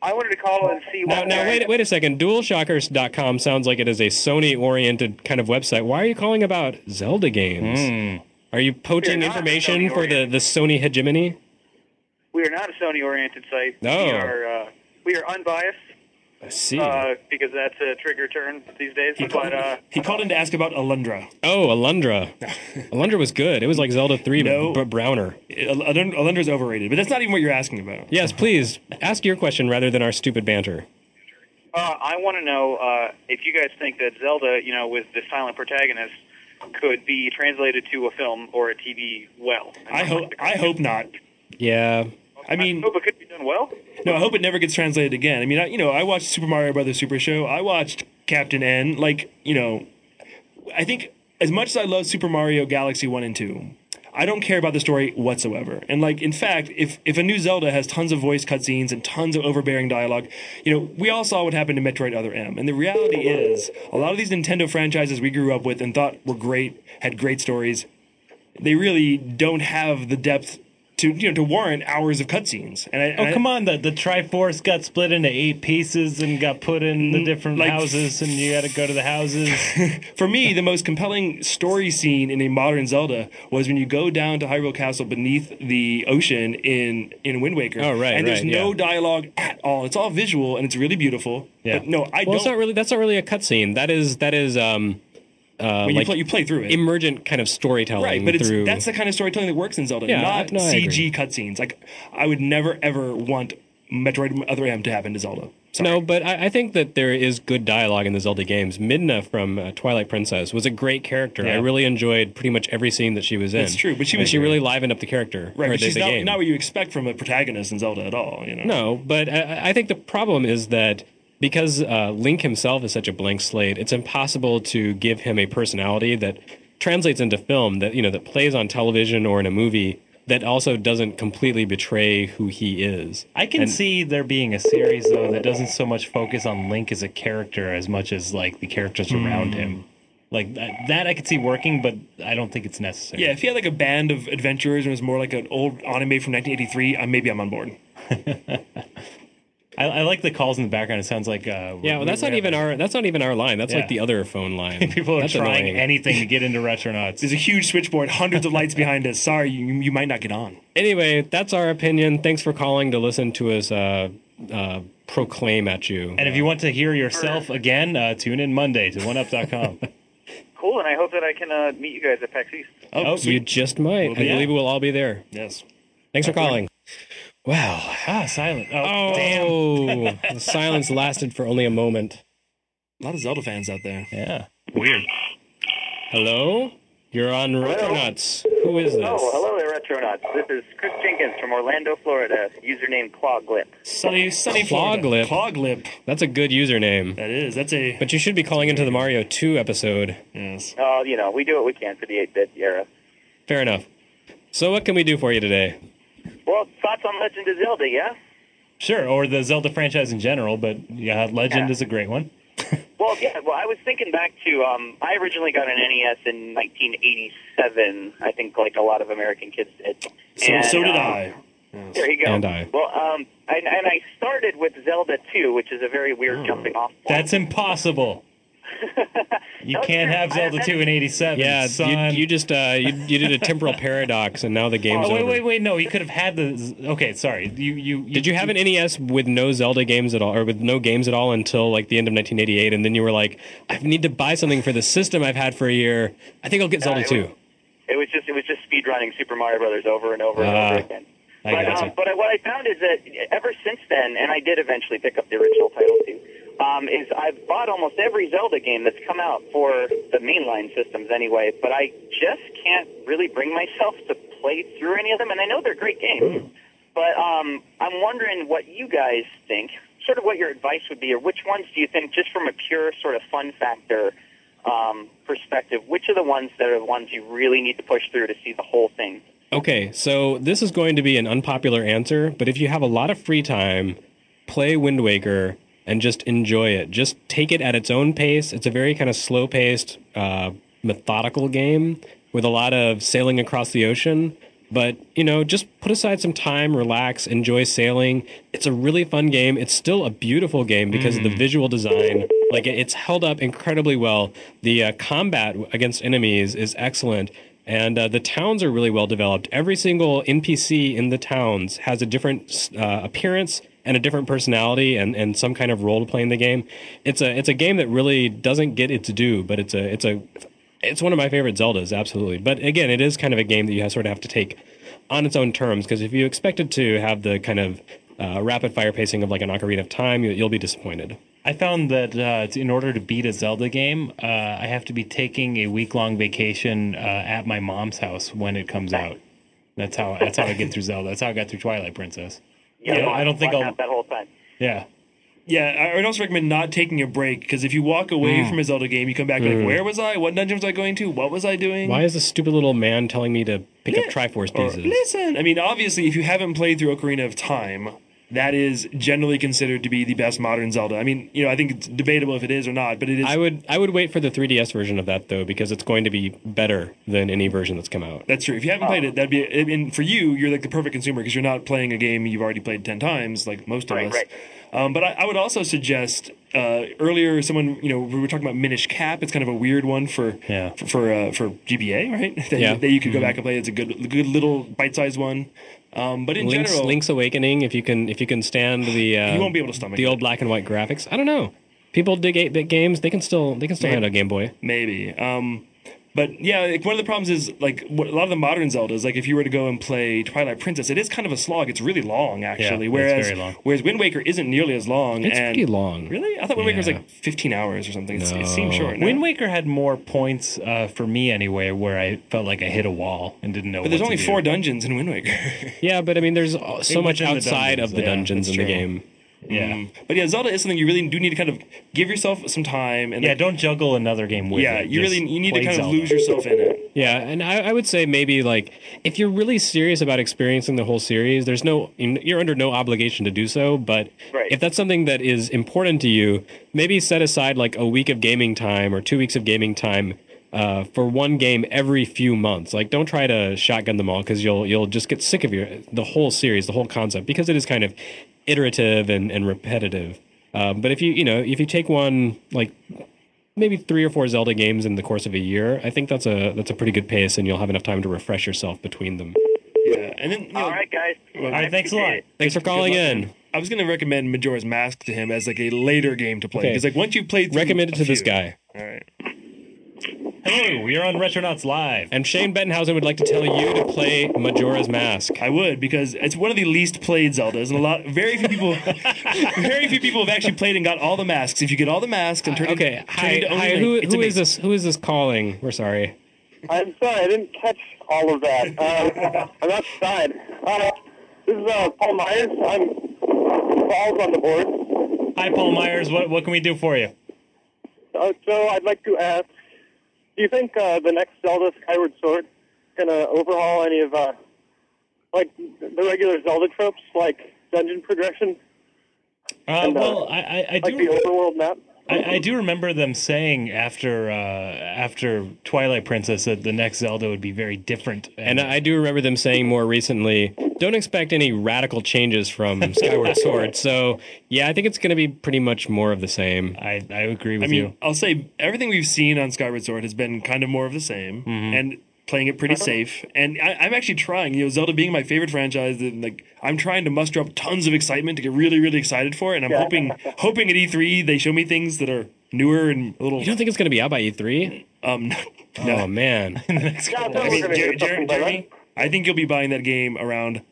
Speaker 5: I wanted to call and see
Speaker 1: Now,
Speaker 5: what.
Speaker 1: now wait, wait a second. DualShockers.com sounds like it is a Sony-oriented kind of website. Why are you calling about Zelda games? Are you poaching
Speaker 5: We're not
Speaker 1: information for the,
Speaker 5: Sony-oriented.
Speaker 1: the Sony hegemony?
Speaker 5: We are not a Sony-oriented site.
Speaker 1: No. Hmm.
Speaker 5: We are. Uh, we are unbiased
Speaker 1: I see.
Speaker 5: uh, because that's a trigger turn these days.
Speaker 2: He called,
Speaker 5: But uh,
Speaker 2: he called in to ask about Alundra.
Speaker 1: oh, Alundra. Alundra was good. It was like Zelda 3,
Speaker 2: No.
Speaker 1: but browner.
Speaker 2: Al- Alund- Alundra's overrated, but that's not even what you're asking about.
Speaker 1: Yes, please, ask your question rather than our stupid banter.
Speaker 5: Uh, I want to know uh, if you guys think that Zelda, you know, with the silent protagonist, could be translated to a film or a TV well.
Speaker 2: I hope I hope not.
Speaker 1: Yeah.
Speaker 2: I mean,
Speaker 5: hope it could be done well.
Speaker 2: no, I hope it never gets translated again. I mean, I, you know, I watched Super Mario Brothers Super Show. I watched Captain N. Like, you know, I think as much as I love Super Mario Galaxy 1 and 2, I don't care about the story whatsoever. And like in fact, if if a new Zelda has tons of voice cutscenes and tons of overbearing dialogue, you know, we all saw what happened to Metroid Other M. And the reality is, a lot of these Nintendo franchises we grew up with and thought were great, had great stories, they really don't have the depth to you know to warrant hours of cutscenes. And I, and
Speaker 3: Oh, come on. The, the Triforce got split into eight pieces and got put in the different
Speaker 2: like-
Speaker 3: houses, and you had to go to the houses.
Speaker 2: For me, the most compelling story scene in a modern Zelda was when you go down to Hyrule Castle beneath the ocean in in Wind Waker.
Speaker 1: Oh, right,
Speaker 2: And there's
Speaker 1: right,
Speaker 2: no
Speaker 1: yeah.
Speaker 2: dialogue at all. It's all visual and it's really beautiful.
Speaker 3: Yeah.
Speaker 2: But no, I
Speaker 1: Well, it's
Speaker 2: don't.
Speaker 1: not really. That's not really a cutscene. That is. That is. Um. Uh,
Speaker 2: when you
Speaker 1: like
Speaker 2: play, you play through it.
Speaker 1: emergent kind of storytelling.
Speaker 2: Right, but it's
Speaker 1: through,
Speaker 2: that's the kind of storytelling that works in Zelda,
Speaker 1: Yeah,
Speaker 2: not
Speaker 1: I- no, I agree.
Speaker 2: CG cutscenes. Like I would never ever want Metroid Other M to happen to Zelda. Sorry.
Speaker 1: No, but I, I think that there is good dialogue in the Zelda games. Midna from uh, Twilight Princess was a great character. I
Speaker 3: Yeah.
Speaker 1: really enjoyed pretty much every scene that she was in.
Speaker 2: That's true, but she
Speaker 1: And
Speaker 2: was-
Speaker 1: she really livened up the character.
Speaker 2: right,
Speaker 1: or
Speaker 2: but
Speaker 1: the,
Speaker 2: she's
Speaker 1: the
Speaker 2: not,
Speaker 1: game.
Speaker 2: not what you expect from a protagonist in Zelda at all. You know,
Speaker 1: No, but I, I think the problem is that because uh, Link himself is such a blank slate, it's impossible to give him a personality that translates into film that you know that plays on television or in a movie that also doesn't completely betray who he is.
Speaker 3: I can see there being a series though that doesn't so much focus on Link as a character as much as like the characters around him. Like that, that I could see working, but I don't think it's necessary.
Speaker 2: Yeah, if he had like a band of adventurers and was more like an old anime from 1983, uh, maybe I'm on board.
Speaker 3: I, I like the calls in the background. It sounds like uh,
Speaker 1: Yeah, well, that's not even our that's not even our line. That's
Speaker 3: Yeah.
Speaker 1: like the other phone line.
Speaker 3: people are
Speaker 1: That's
Speaker 3: trying
Speaker 1: annoying.
Speaker 3: anything to get into retronauts.
Speaker 2: There's a huge switchboard, hundreds of lights behind us. Sorry, you, you might not get on.
Speaker 1: Anyway, that's our opinion. Thanks for calling to listen to us uh, uh, proclaim at you.
Speaker 3: And if you want to hear yourself again, uh, tune in Monday to oneup.com.
Speaker 5: Cool, and I hope that I can uh, meet you guys at PAX East.
Speaker 1: oh, you just might. I
Speaker 2: be-
Speaker 1: believe we'll all be there.
Speaker 2: Yes.
Speaker 1: Thanks for calling. Wow.
Speaker 3: ah, silent. Oh, damn.
Speaker 1: Oh, the silence lasted for only a moment.
Speaker 2: A lot of Zelda fans out there.
Speaker 3: Yeah.
Speaker 1: Hello? You're on Retronauts. Who is this?
Speaker 8: Oh, hello there, Retronauts. This is Chris Jenkins from Orlando, Florida, username Clawglip.
Speaker 2: Sunny, sunny
Speaker 1: Cloglip.
Speaker 2: Florida. Cloglip.
Speaker 1: That's a good username.
Speaker 2: That is. That's a.
Speaker 1: But you should be calling into the Mario 2 episode.
Speaker 2: Yes.
Speaker 8: Oh, you know, we do what we can for the 8-bit era.
Speaker 1: Fair enough. So, what can we do for you today?
Speaker 8: Well, thoughts on Legend of Zelda, yeah?
Speaker 3: Sure, or the Zelda franchise in general, but yeah, Legend
Speaker 8: Yeah.
Speaker 3: is a great one.
Speaker 8: Well, yeah, well, I was thinking back to, um, I originally got an NES in 1987, I think like a lot of American kids did.
Speaker 2: So,
Speaker 8: And,
Speaker 2: so did
Speaker 8: um,
Speaker 2: I.
Speaker 8: There you go.
Speaker 1: And I.
Speaker 8: Well, um, and, and I started with Zelda 2, which is a very weird
Speaker 2: Oh.
Speaker 8: jumping off point.
Speaker 3: That's impossible. You
Speaker 8: That was
Speaker 3: can't
Speaker 8: your-
Speaker 3: have
Speaker 8: I-
Speaker 3: Zelda
Speaker 8: that's-
Speaker 3: 2 in 87.
Speaker 1: Yeah,
Speaker 3: son.
Speaker 1: you, you just uh, you, you did a temporal paradox, and now the game's
Speaker 3: Oh, wait,
Speaker 1: over.
Speaker 3: wait, wait. No, he could have had the. Okay, sorry. You, you, you
Speaker 1: Did you have an NES with no Zelda games at all, or with no games at all until like the end of 1988, and then you were like, I need to buy something for the system I've had for a year. I think I'll get Zelda
Speaker 8: it
Speaker 1: 2.
Speaker 8: was- It was just it was just speed running Super Mario Brothers over and over
Speaker 1: Ah,
Speaker 8: and over again.
Speaker 1: I
Speaker 8: But
Speaker 1: gotcha.
Speaker 8: um, but I, what I found is that ever since then, and I did eventually pick up the original title too. um, is I've bought almost every Zelda game that's come out for the mainline systems anyway, but I just can't really bring myself to play through any of them, and I know they're great games.
Speaker 1: Hmm.
Speaker 8: But um, I'm wondering what you guys think, sort of what your advice would be, or which ones do you think, just from a pure sort of fun factor um, perspective, which are the ones that are the ones you really need to push through to see the whole thing?
Speaker 1: Okay, so this is going to be an unpopular answer, but if you have a lot of free time, play Wind Waker and just enjoy it. Just take it at its own pace. It's a very kind of slow paced, uh, methodical game with a lot of sailing across the ocean. But, you know, just put aside some time, relax, enjoy sailing. It's a really fun game. It's still a beautiful game because of the visual design. Like, it- it's held up incredibly well. The uh, combat against enemies is excellent. And uh, the towns are really well developed. Every single NPC in the towns has a different uh, appearance and a different personality and, and some kind of role to play in the game. It's a it's a game that really doesn't get its due, but it's a it's a it's one of my favorite Zeldas, absolutely. But again, it is kind of a game that you have, sort of have to take on its own terms because if you expect it to have the kind of uh, rapid fire pacing of like an Ocarina of Time, you, you'll be disappointed.
Speaker 3: I found that uh, it's- in order to beat a Zelda game, uh, I have to be taking a week long vacation uh, at my mom's house when it comes out. That's how that's how I get through Zelda. That's how I got through Twilight Princess. Yeah, I don't think
Speaker 8: Why
Speaker 3: I'll.
Speaker 8: not that whole time.
Speaker 3: Yeah,
Speaker 2: Yeah, I would also recommend not taking a break because if you walk
Speaker 1: Mm.
Speaker 2: away from a Zelda game, you come back like, where was I? What dungeon was I going to? What was I doing?
Speaker 1: Why is this stupid little man telling me to pick up Triforce
Speaker 2: Or-
Speaker 1: pieces?
Speaker 2: listen, I mean, obviously, if you haven't played through Ocarina of Time, that is generally considered to be the best modern Zelda. I mean, you know, I think it's debatable if it is or not, but it is.
Speaker 1: I would I would wait for the 3DS version of that though because it's going to be better than any version that's come out.
Speaker 2: that's true. If you haven't played it, that'd be. I mean, for you, you're like the perfect consumer because you're not playing a game you've already played ten times, like most of us.
Speaker 8: right.
Speaker 2: Um, but I, I would also suggest uh, earlier someone you know we were talking about Minish Cap. It's kind of a weird one for
Speaker 3: Yeah.
Speaker 2: for for, uh, for GBA, right? that,
Speaker 1: Yeah. Mm-hmm.
Speaker 2: you, that you could go back and play. It's a good good little bite sized one. Um, but in
Speaker 1: Link's,
Speaker 2: general,
Speaker 1: Link's Awakening, if you can if you can stand the uh,
Speaker 2: You won't be able to stomach
Speaker 1: the
Speaker 2: it.
Speaker 1: old black and white graphics. I don't know. People dig eight bit games. They can still they can still handle a Game Boy.
Speaker 2: maybe. Um, but yeah, like one of the problems is like what, a lot of the modern Zeldas. Like if you were to go and play Twilight Princess, it is kind of a slog. It's really long, actually.
Speaker 3: it's
Speaker 2: whereas
Speaker 3: very long.
Speaker 2: whereas Wind Waker isn't nearly as long.
Speaker 1: It's
Speaker 2: and-
Speaker 1: pretty long.
Speaker 2: Really, I thought Wind Waker was
Speaker 3: Yeah.
Speaker 2: like fifteen hours or something. It's, It seems
Speaker 1: No.
Speaker 2: short. no?
Speaker 3: Wind Waker had more points uh, for me anyway, where I felt like I hit a wall and didn't know.
Speaker 2: but there's
Speaker 3: what to
Speaker 2: only
Speaker 3: do.
Speaker 2: four dungeons in Wind Waker.
Speaker 1: Yeah, but I mean, there's so much
Speaker 3: within the
Speaker 1: outside
Speaker 3: dungeons,
Speaker 1: of the
Speaker 3: yeah,
Speaker 1: dungeons in the
Speaker 3: that's true.
Speaker 1: game.
Speaker 3: Yeah,
Speaker 2: Mm. But yeah, Zelda is something you really do need to kind of give yourself some time and
Speaker 3: yeah.
Speaker 2: like,
Speaker 3: Don't juggle another game with.
Speaker 2: yeah,
Speaker 3: it.
Speaker 2: you
Speaker 3: Just
Speaker 2: really you need to
Speaker 3: play
Speaker 2: kind of
Speaker 3: Zelda.
Speaker 2: lose yourself in it.
Speaker 1: Yeah, and I, I would say maybe like if you're really serious about experiencing the whole series, there's no you're under no obligation to do so. But
Speaker 8: Right.
Speaker 1: if that's something that is important to you, maybe set aside like a week of gaming time or two weeks of gaming time uh, for one game every few months. Like, don't try to shotgun them all because you'll you'll just get sick of your the whole series, the whole concept because it is kind of iterative and and repetitive. Um, but if you you know if you take one like maybe three or four Zelda games in the course of a year. I think that's a that's a pretty good pace, and you'll have enough time to refresh yourself between them.
Speaker 2: Yeah, and then you know,
Speaker 8: All right, guys.
Speaker 3: All right, thanks a lot.
Speaker 1: Thanks for calling in.
Speaker 2: I was going to recommend Majora's Mask to him as like a later game to play
Speaker 1: Okay.
Speaker 2: because like once you play, through
Speaker 1: Recommend it to
Speaker 2: a
Speaker 1: this
Speaker 2: few-
Speaker 1: guy.
Speaker 2: All right.
Speaker 3: Hello, we are on Retronauts Live.
Speaker 1: And Shane Bettenhausen would like to tell you to play Majora's Mask.
Speaker 2: I would because it's one of the least played Zeldas, and a lot, very few people, very few people have actually played and got all the masks. If you get all the masks and turn it,
Speaker 1: Okay,
Speaker 2: turn
Speaker 1: hi,
Speaker 2: into only
Speaker 1: hi.
Speaker 2: Link,
Speaker 1: Who,
Speaker 2: it's
Speaker 1: who is
Speaker 2: amazing.
Speaker 1: this? Who is this calling? We're sorry.
Speaker 7: I'm sorry, I didn't catch all of that. Uh, I'm outside. Uh, this is uh, Paul Myers. I'm Paul's on the board.
Speaker 3: Hi, Paul Myers. What what can we do for you?
Speaker 7: Uh, so I'd like to ask, do you think uh, the next Zelda Skyward Sword going to overhaul any of uh, like the regular Zelda tropes, like dungeon progression,
Speaker 3: Uh,
Speaker 7: And, uh,
Speaker 3: well, I I, I
Speaker 7: like
Speaker 3: do.
Speaker 7: the overworld map?
Speaker 3: I, I do remember them saying after uh, after Twilight Princess that the next Zelda would be very different.
Speaker 1: And uh, I do remember them saying more recently, don't expect any radical changes from Skyward Sword. So yeah, I think it's going to be pretty much more of the same.
Speaker 3: I, I agree with
Speaker 2: I mean,
Speaker 3: you.
Speaker 2: I'll say everything we've seen on Skyward Sword has been kind of more of the same, and playing it
Speaker 7: Uh-huh.
Speaker 2: pretty safe. And I, I'm actually trying, you know, Zelda being my favorite franchise, and like I'm trying to muster up tons of excitement to get really, really excited for it. And I'm hoping, hoping at E3 they show me things that are newer and a little.
Speaker 1: You don't think it's going to be out by E3?
Speaker 2: um, no,
Speaker 1: Oh man.
Speaker 7: Yeah, I thought
Speaker 2: I
Speaker 7: we were
Speaker 2: mean, Jer-
Speaker 7: gonna hear
Speaker 2: Jer-
Speaker 7: something by
Speaker 2: Jeremy, I think you'll be buying that game around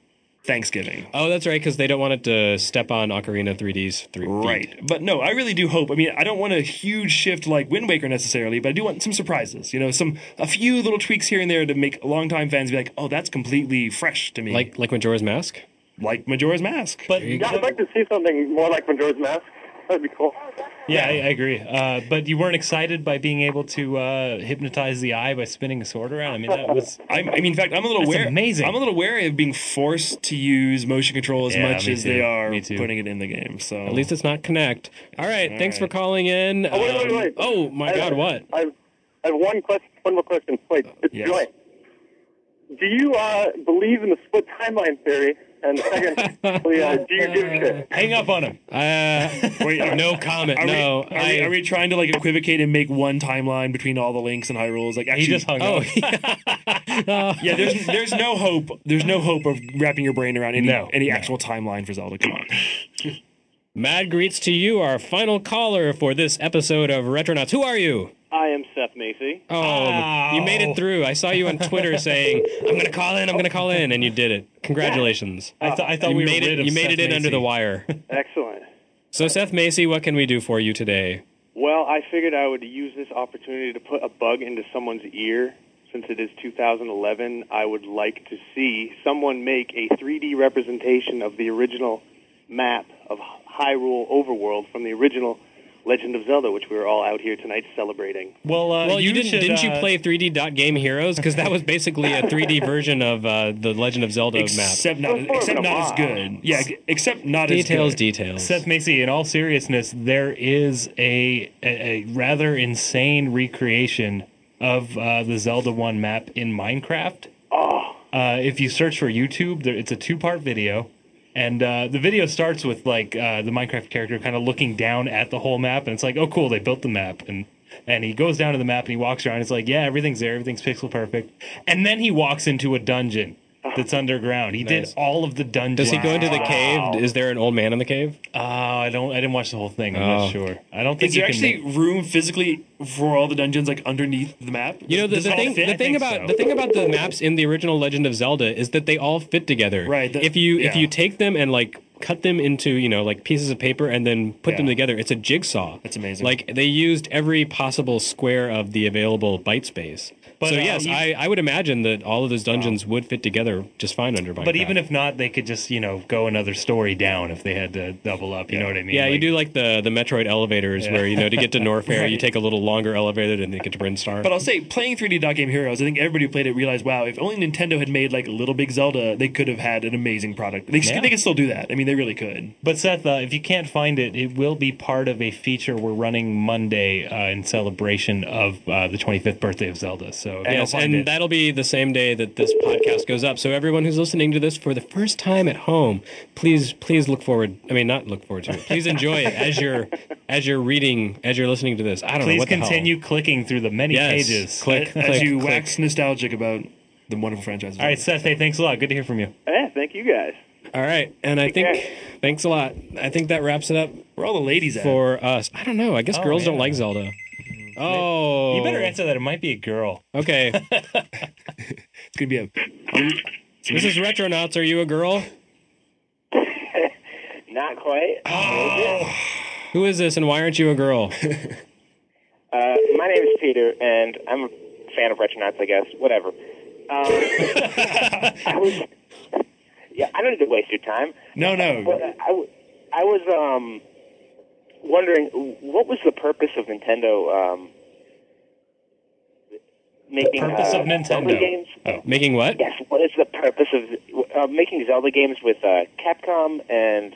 Speaker 2: Thanksgiving.
Speaker 1: Oh, that's right, because they don't want it to step on Ocarina 3D's three feet.
Speaker 2: Right. But no, I really do hope. I mean, I don't want a huge shift like Wind Waker necessarily, but I do want some surprises. You know, some a few little tweaks here and there to make longtime fans be like, "Oh, that's completely fresh to me."
Speaker 1: Like like Majora's Mask.
Speaker 2: like Majora's Mask.
Speaker 3: But
Speaker 5: Yeah, I'd like to see something more like Majora's Mask. That'd be cool.
Speaker 3: yeah, I, I agree. Uh, but you weren't excited by being able to uh, hypnotize the eye by spinning a sword around. I mean, that was
Speaker 2: I, I mean, in fact, I'm a little
Speaker 3: That's
Speaker 2: wary.
Speaker 3: amazing.
Speaker 2: I'm a little wary of being forced to use motion control as
Speaker 3: Yeah,
Speaker 2: much
Speaker 3: me
Speaker 2: as
Speaker 3: too.
Speaker 2: they are
Speaker 3: Me too.
Speaker 2: putting it in the game. So
Speaker 1: At least it's not Connect. All right, thanks for
Speaker 2: right.
Speaker 1: calling in.
Speaker 5: Oh, wait, wait,
Speaker 1: Um,
Speaker 5: wait.
Speaker 1: oh my
Speaker 5: I-
Speaker 1: God, what?
Speaker 5: I have, I have one question. One more question. Wait, it's
Speaker 2: yes.
Speaker 5: Joy. Do you uh, believe in the split timeline theory? And second, uh, do you give a shit?
Speaker 3: hang up on him.
Speaker 1: Uh,
Speaker 2: Wait, are-
Speaker 1: no comment.
Speaker 2: Are
Speaker 1: no.
Speaker 2: we, are, we,
Speaker 1: I-
Speaker 2: are we trying to like equivocate and make one timeline between all the links and Hyrule's? Like, actually,
Speaker 3: He just hung
Speaker 1: oh,
Speaker 3: up.
Speaker 2: yeah. There's there's no hope. There's no hope of wrapping your brain around any
Speaker 3: No,
Speaker 2: any
Speaker 3: no.
Speaker 2: actual timeline for Zelda. Come on.
Speaker 1: mad greets to you, our final caller for this episode of Retronauts. Who are you?
Speaker 9: I am Seth Macy.
Speaker 1: Oh, you made it through. I saw you on Twitter saying, "I'm going to call in. I'm going to call in," and you did it. Congratulations.
Speaker 3: I, th- I thought
Speaker 1: you
Speaker 3: we
Speaker 1: made
Speaker 3: were
Speaker 1: it.
Speaker 3: rid of
Speaker 1: You made
Speaker 3: Seth
Speaker 1: it in under
Speaker 3: Macy.
Speaker 1: the wire.
Speaker 9: Excellent.
Speaker 1: So, Seth Macy, what can we do for you today?
Speaker 9: Well, I figured I would use this opportunity to put a bug into someone's ear. Since it is 2011, I would like to see someone make a 3D representation of the original map of Hyrule Overworld from the original Legend of Zelda, which we were all out here tonight celebrating.
Speaker 3: Well, uh,
Speaker 1: Well, you, didn't.
Speaker 3: should,
Speaker 1: didn't you
Speaker 3: uh,
Speaker 1: play 3D dot Game Heroes? Because that was basically a 3D version of uh, the Legend of Zelda map.
Speaker 2: Except not
Speaker 9: Well, it's
Speaker 2: except
Speaker 9: more of
Speaker 2: not as
Speaker 9: an
Speaker 2: good. Yeah. Except not
Speaker 1: Details,
Speaker 2: as good.
Speaker 1: details.
Speaker 3: Seth Macy, in all seriousness, there is a a, a rather insane recreation of uh, the Zelda One map in Minecraft. Uh, if you search for YouTube, there, it's a two part video, and uh, the video starts with like uh, the Minecraft character kind of looking down at the whole map, and it's like, oh, cool, they built the map, and and he goes down to the map and he walks around. It's like, yeah, everything's there, everything's pixel perfect, and then he walks into a dungeon. That's underground. He
Speaker 1: Nice.
Speaker 3: did all of the
Speaker 1: Does
Speaker 3: dungeons.
Speaker 1: he go into the cave? Is there an old man in the cave?
Speaker 3: Oh, I don't. I didn't watch the whole thing. I'm
Speaker 1: Oh.
Speaker 3: not sure. I don't think
Speaker 2: Is
Speaker 3: you
Speaker 2: there
Speaker 3: can
Speaker 2: actually
Speaker 3: make-
Speaker 2: room physically for all the dungeons like underneath the map?
Speaker 1: You know the,
Speaker 2: Does
Speaker 1: the
Speaker 2: it all
Speaker 1: thing.
Speaker 2: fit?
Speaker 1: The thing
Speaker 3: think
Speaker 1: about
Speaker 3: so.
Speaker 1: the thing about the maps in the original Legend of Zelda is that they all fit together.
Speaker 2: Right, the-
Speaker 1: if you if
Speaker 2: yeah.
Speaker 1: you take them and like cut them into you know like pieces of paper and then put them
Speaker 2: Yeah.
Speaker 1: together, it's a jigsaw.
Speaker 2: That's amazing.
Speaker 1: Like they used every possible square of the available byte space.
Speaker 3: But,
Speaker 1: so
Speaker 3: uh,
Speaker 1: yes,
Speaker 3: you-
Speaker 1: I, I would imagine that all of those dungeons would fit together just fine under Minecraft.
Speaker 3: But even if not, they could just you know go another story down if they had to double up. You know what I mean?
Speaker 1: yeah, you
Speaker 3: Like,
Speaker 1: do like the the Metroid elevators where you know to get to Norfair you take a little longer elevator than they get to Brinstar.
Speaker 2: But I'll say, playing 3D Dot Game Heroes, I think everybody who played it realized, wow, if only Nintendo had made like Little Big Zelda, they could have had an amazing product. They,
Speaker 3: Yeah.
Speaker 2: they could still do that. I mean, they really could.
Speaker 3: But Seth, uh, if you can't find it, it will be part of a feature we're running Monday uh, in celebration of uh, the 25th birthday of Zelda. So if you
Speaker 1: Yes,
Speaker 3: don't find
Speaker 1: and
Speaker 3: it-
Speaker 1: that'll be the same day that this podcast goes up. So everyone who's listening to this for the first time at home, please, please look forward. I mean, not look forward to it. Please enjoy it as you're as you're reading, as you're listening to this. I don't know
Speaker 3: please
Speaker 1: what the hell.
Speaker 3: continue clicking through the many
Speaker 1: Yes,
Speaker 3: pages.
Speaker 1: click,
Speaker 2: As
Speaker 1: click,
Speaker 2: you
Speaker 1: click.
Speaker 2: wax nostalgic about the wonderful franchise.
Speaker 3: All right, Seth. Hey, thanks a lot. Good to hear from you.
Speaker 9: Yeah, thank you guys.
Speaker 1: All right, and I think
Speaker 9: care.
Speaker 1: thanks a lot. I think that wraps it up
Speaker 2: Where are all the ladies at?
Speaker 1: for us. I don't know. I guess
Speaker 3: Oh,
Speaker 1: girls don't
Speaker 3: yeah.
Speaker 1: like Zelda. Oh,
Speaker 3: You better answer that. It might be a girl.
Speaker 1: Okay,
Speaker 2: It's going to be
Speaker 1: this is Retronauts. Are you a girl?
Speaker 9: Not quite.
Speaker 1: Oh. Who is this, and why aren't you a girl?
Speaker 9: Uh, my name is Peter, and I'm a fan of Retronauts, I guess. Whatever. Um, I was, yeah, I don't need to waste your time.
Speaker 3: Oh,
Speaker 2: No, no.
Speaker 9: But I, w- I was um, wondering, what was the purpose of Nintendo um, making
Speaker 3: Purpose
Speaker 9: uh,
Speaker 3: of
Speaker 9: Zelda
Speaker 3: Nintendo.
Speaker 9: games?
Speaker 3: Oh,
Speaker 1: Making what?
Speaker 9: Yes, what is the purpose of uh, making Zelda games with uh, Capcom and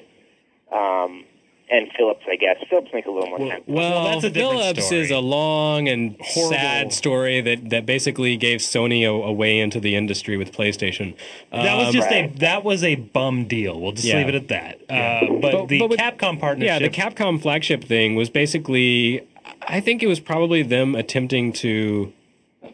Speaker 9: um, and Philips? I guess Philips make a little more sense.
Speaker 1: Well,
Speaker 3: that's a different
Speaker 1: Phillips
Speaker 3: story.
Speaker 1: is a long and
Speaker 2: Horrible.
Speaker 1: sad story that, that basically gave Sony a, a way into the industry with PlayStation.
Speaker 3: That was
Speaker 1: Um,
Speaker 3: just a
Speaker 9: Right.
Speaker 3: that was a bum deal. We'll just
Speaker 1: Yeah.
Speaker 3: leave it at that. Uh, but,
Speaker 1: But-
Speaker 3: the
Speaker 1: but with-
Speaker 3: Capcom
Speaker 1: yeah.
Speaker 3: partnership,
Speaker 1: The Capcom flagship thing was basically, I think it was probably them attempting to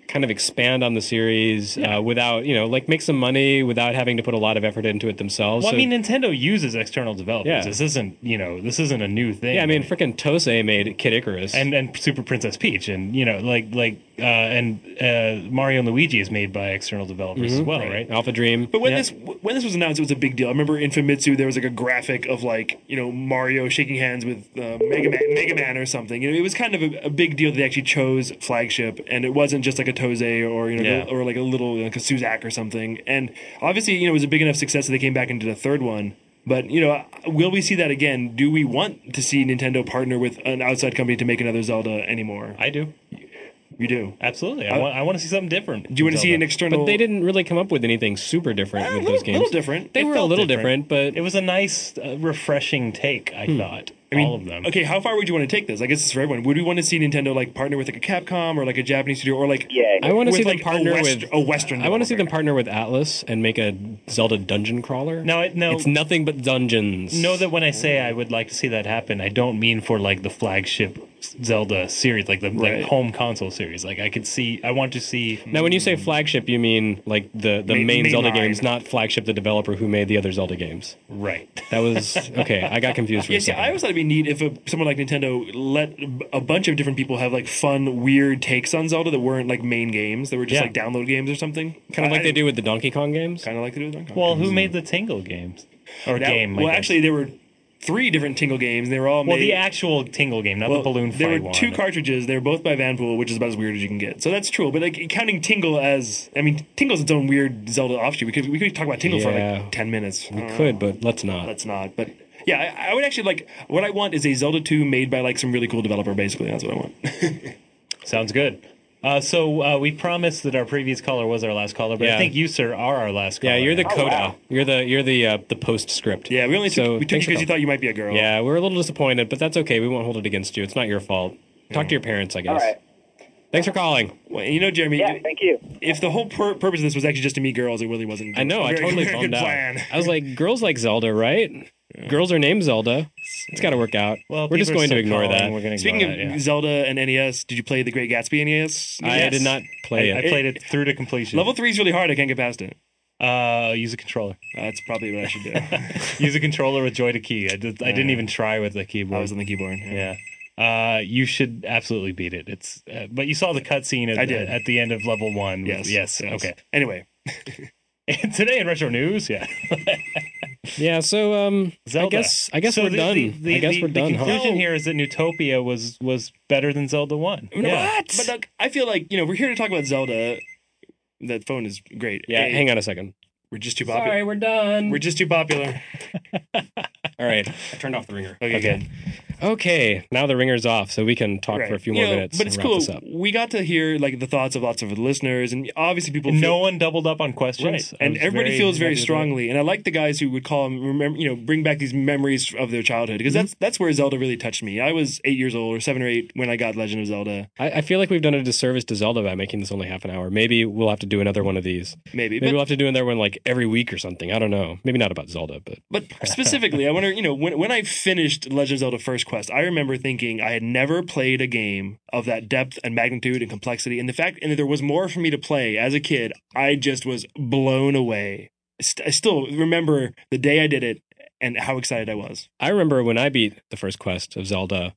Speaker 1: kind of expand on the series uh, without, you know, like make some money without having to put a lot of effort into it themselves.
Speaker 3: Well,
Speaker 1: So-
Speaker 3: I mean, Nintendo uses external developers.
Speaker 1: Yeah.
Speaker 3: This isn't, you know, this isn't a new thing.
Speaker 1: yeah, I mean, freaking Tosei made Kid Icarus.
Speaker 3: and and Super Princess Peach, and you know, like like uh, and uh, Mario and Luigi is made by external developers
Speaker 1: Mm-hmm.
Speaker 3: as well, right?
Speaker 1: Alpha Dream.
Speaker 2: But when
Speaker 3: Yeah.
Speaker 2: this when this was announced, it was a big deal. I remember in Famitsu there was like a graphic of like you know Mario shaking hands with uh, Mega Man, Mega Man or something. You know, it was kind of a, a big deal that they actually chose flagship, and it wasn't just like a Toze or you know
Speaker 3: Yeah.
Speaker 2: or like a little like a Suzak or something. And obviously, you know, it was a big enough success that they came back and did a third one. But you know, will we see that again? Do we want to see Nintendo partner with an outside company to make another Zelda anymore?
Speaker 3: I do
Speaker 2: You do.
Speaker 3: absolutely.
Speaker 1: Uh,
Speaker 3: I, want I want to see something different.
Speaker 2: Do you want to see an
Speaker 3: Zelda.
Speaker 2: external?
Speaker 1: But they didn't really come up with anything super different
Speaker 2: Eh,
Speaker 1: with
Speaker 2: little-
Speaker 1: those games.
Speaker 2: little different.
Speaker 1: They
Speaker 2: It
Speaker 1: were a
Speaker 2: felt
Speaker 1: little
Speaker 2: different.
Speaker 1: different,
Speaker 3: It was a nice, uh, refreshing take.
Speaker 1: Hmm.
Speaker 3: I thought all of them.
Speaker 2: Okay, how far would you want to take this? I guess it's for everyone. Would we want to see Nintendo like partner with like a Capcom or like a Japanese studio or like
Speaker 1: but I want to
Speaker 2: with,
Speaker 1: see them
Speaker 2: like, a
Speaker 1: partner
Speaker 2: West-
Speaker 1: with
Speaker 2: a Western
Speaker 1: I want to see them
Speaker 2: developer?
Speaker 1: partner with Atlas and make a Zelda dungeon crawler.
Speaker 3: No, I- no.
Speaker 1: it's nothing but dungeons.
Speaker 3: Know that when I say I would like to see that happen, I don't mean for like the flagship Zelda series, like the
Speaker 2: Right.
Speaker 3: like home console series. Like I could see, I want to see.
Speaker 1: Now, when you say flagship, you mean like the, the
Speaker 2: Main-
Speaker 1: main
Speaker 2: main
Speaker 1: Zelda
Speaker 2: line.
Speaker 1: games, not flagship, the developer who made the other Zelda games.
Speaker 3: Right.
Speaker 1: That was okay. I got confused for
Speaker 2: Yeah,
Speaker 1: a
Speaker 2: see,
Speaker 1: second.
Speaker 2: I always thought it'd be neat if a, someone like Nintendo let a bunch of different people have like fun, weird takes on Zelda that weren't like main games, that were just
Speaker 3: Yeah.
Speaker 2: like download games or something.
Speaker 1: kind of like they do with the Donkey Kong games.
Speaker 2: Kind of like they do with Donkey Kong.
Speaker 3: Well, who made the Tingle games Mm. or
Speaker 2: That-
Speaker 3: game? I
Speaker 2: Well,
Speaker 3: guess.
Speaker 2: actually, there were three different Tingle games. and They were all
Speaker 3: well,
Speaker 2: made,
Speaker 3: the actual Tingle game, not
Speaker 2: Well,
Speaker 3: the balloon
Speaker 2: There
Speaker 3: fight
Speaker 2: were
Speaker 3: one.
Speaker 2: two cartridges. They were both by Vanpool, which is about as weird as you can get. So that's true. But like counting Tingle as, I mean, Tingle's its own weird Zelda offshoot. We could we could talk about Tingle for
Speaker 1: Yeah.
Speaker 2: like ten minutes.
Speaker 1: We could, but let's not.
Speaker 2: Let's not. But yeah, I, I would actually like. What I want is a Zelda two made by like some really cool developer. Basically, that's what I want.
Speaker 3: Sounds good. Uh, so uh, we promised that our previous caller was our last caller, but I
Speaker 1: Yeah.
Speaker 3: think you, sir, are our last caller.
Speaker 1: Yeah, you're the
Speaker 3: now.
Speaker 1: coda. You're the you're the uh, the postscript.
Speaker 2: Oh, yeah, we only took,
Speaker 1: So,
Speaker 2: we took
Speaker 1: thanks
Speaker 2: you
Speaker 1: for
Speaker 2: because
Speaker 1: calling.
Speaker 2: you thought you might be a girl.
Speaker 1: Yeah, we're a little disappointed, but that's okay. We won't hold it against you. It's not your fault. Talk
Speaker 2: Mm.
Speaker 1: to your parents, I guess.
Speaker 8: All right.
Speaker 1: Thanks for calling.
Speaker 2: Well, and you know, Jeremy,
Speaker 8: Yeah, thank you.
Speaker 2: if the whole pur- purpose of this was actually just to meet girls, it really wasn't.
Speaker 1: I know.
Speaker 2: a
Speaker 1: I
Speaker 2: very-
Speaker 1: totally
Speaker 2: very
Speaker 1: bummed
Speaker 2: good
Speaker 1: out.
Speaker 2: plan.
Speaker 1: I was like, girls like Zelda, right? Girls are named Zelda. It's got to work out.
Speaker 3: Well,
Speaker 1: we're just
Speaker 3: people are
Speaker 1: going to
Speaker 3: still
Speaker 1: ignore
Speaker 3: calling.
Speaker 1: that.
Speaker 3: We're going to
Speaker 2: Speaking
Speaker 3: ignore
Speaker 2: of
Speaker 3: that, yeah.
Speaker 2: Zelda and NES, did you play the Great Gatsby E NES?
Speaker 1: I did not play
Speaker 3: I
Speaker 1: it.
Speaker 3: played it through to completion.
Speaker 2: Level three is really hard. I can't get past it.
Speaker 3: Uh, use a controller.
Speaker 2: That's probably what I should do. I
Speaker 3: use a controller with Joy to key. I, did, I didn't even try with the keyboard.
Speaker 2: was on the keyboard.
Speaker 3: yeah. Uh, you should absolutely beat it. It's uh, but you saw the cutscene at,
Speaker 2: I did.
Speaker 3: at the end of level one. with-
Speaker 2: Yes.
Speaker 3: yes. Okay.
Speaker 2: Anyway,
Speaker 3: And today in retro news, yeah.
Speaker 1: Yeah, so um, I
Speaker 3: Zelda.
Speaker 1: guess I guess
Speaker 3: So
Speaker 1: we're
Speaker 3: the-
Speaker 1: done.
Speaker 3: the- the-
Speaker 1: I guess
Speaker 3: the-
Speaker 1: we're done.
Speaker 3: The
Speaker 1: huh?
Speaker 3: conclusion here is that Nutopia was was better than Zelda One.
Speaker 2: what? But look, I feel like you know we're here to talk about Zelda. That phone is great.
Speaker 1: Yeah,
Speaker 2: Hey,
Speaker 1: hang on a second.
Speaker 2: We're just too popular.
Speaker 1: we're done.
Speaker 2: We're just too popular.
Speaker 1: All right, I turned off the ringer.
Speaker 2: Okay. good.
Speaker 1: Okay, now the ringer's off, so we can talk
Speaker 2: Right.
Speaker 1: for a few
Speaker 2: You
Speaker 1: more
Speaker 2: know,
Speaker 1: minutes.
Speaker 2: But it's
Speaker 1: and wrap
Speaker 2: cool.
Speaker 1: This up.
Speaker 2: We got to hear like the thoughts of lots of listeners, and obviously people.
Speaker 3: And no
Speaker 2: feel-
Speaker 3: one doubled up on questions.
Speaker 2: Right.
Speaker 3: I
Speaker 2: And
Speaker 3: was
Speaker 2: everybody
Speaker 3: very
Speaker 2: feels
Speaker 3: happy
Speaker 2: very
Speaker 3: with that.
Speaker 2: strongly. And I like the guys who would call and remember, you know, bring back these memories of their childhood because that's
Speaker 1: Mm-hmm.
Speaker 2: that's where Zelda really touched me. I was eight years old or seven or eight when I got Legend of Zelda.
Speaker 1: I, I feel like we've done a disservice to Zelda by making this only half an hour. Maybe we'll have to do another one of these.
Speaker 2: Maybe,
Speaker 1: Maybe
Speaker 2: but
Speaker 1: we'll have to do another one like every week or something. I don't know. Maybe not about Zelda, but
Speaker 2: But specifically, I wonder, you know, when, when I finished Legend of Zelda First Quest, I remember thinking I had never played a game of that depth and magnitude and complexity. And the fact and that there was more for me to play as a kid, I just was blown away. I st- I still remember the day I did it and how excited I was.
Speaker 1: I remember when I beat the first quest of Zelda,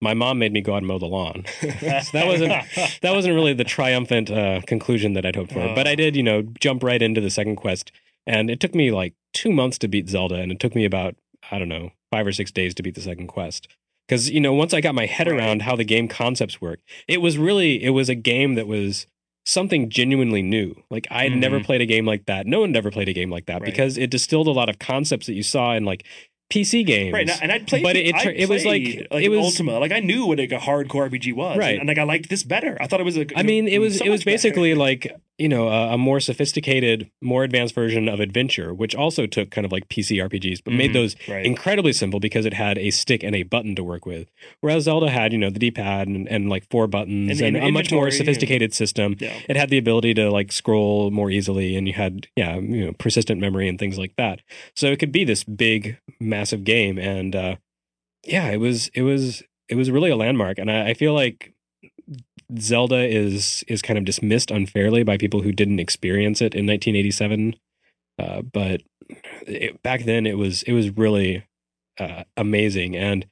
Speaker 1: my mom made me go out and mow the lawn. so that wasn't that wasn't really the triumphant uh, conclusion that I'd hoped for. But
Speaker 2: Oh.
Speaker 1: I did, you know, jump right into the second quest, and it took me like two months to beat Zelda, and it took me about I don't know five or six days to beat the second quest. Because you know, once I got my head around how the game concepts work, it was really it was a game that was something genuinely new. Like I had never
Speaker 3: Mhm.
Speaker 1: played a game like that. No one had ever played a game like that
Speaker 2: Mm-hmm. Right.
Speaker 1: because it distilled a lot of concepts that you saw in like PC games.
Speaker 2: Right, and I- and I played,
Speaker 1: But it- it
Speaker 2: I
Speaker 1: tur- it was like-
Speaker 2: played,
Speaker 1: it was-
Speaker 2: Ultima, like I knew what like a hardcore RPG was,
Speaker 1: Right.
Speaker 2: And, like I liked this better. I thought it was a.
Speaker 1: I mean, it was
Speaker 2: so
Speaker 1: it was
Speaker 2: much better.
Speaker 1: basically like you know a, a more sophisticated, more advanced version of Adventure, which also took kind of like PC RPGs, but made those
Speaker 2: Mm-hmm. right.
Speaker 1: incredibly simple because it had a stick and a button to work with. Whereas Zelda had you know the D pad and, and like four buttons and,
Speaker 2: And- and
Speaker 1: a much more
Speaker 2: inventory and-
Speaker 1: sophisticated system.
Speaker 2: Yeah.
Speaker 1: It had the ability to like scroll more easily, and you had yeah you know persistent memory and things like that. So it could be this big, massive game, and uh, yeah, it was it was it was really a landmark, and I, I feel like Zelda is is kind of dismissed unfairly by people who didn't experience it in 1987. Uh, but it, back then, it was it was really uh, amazing, and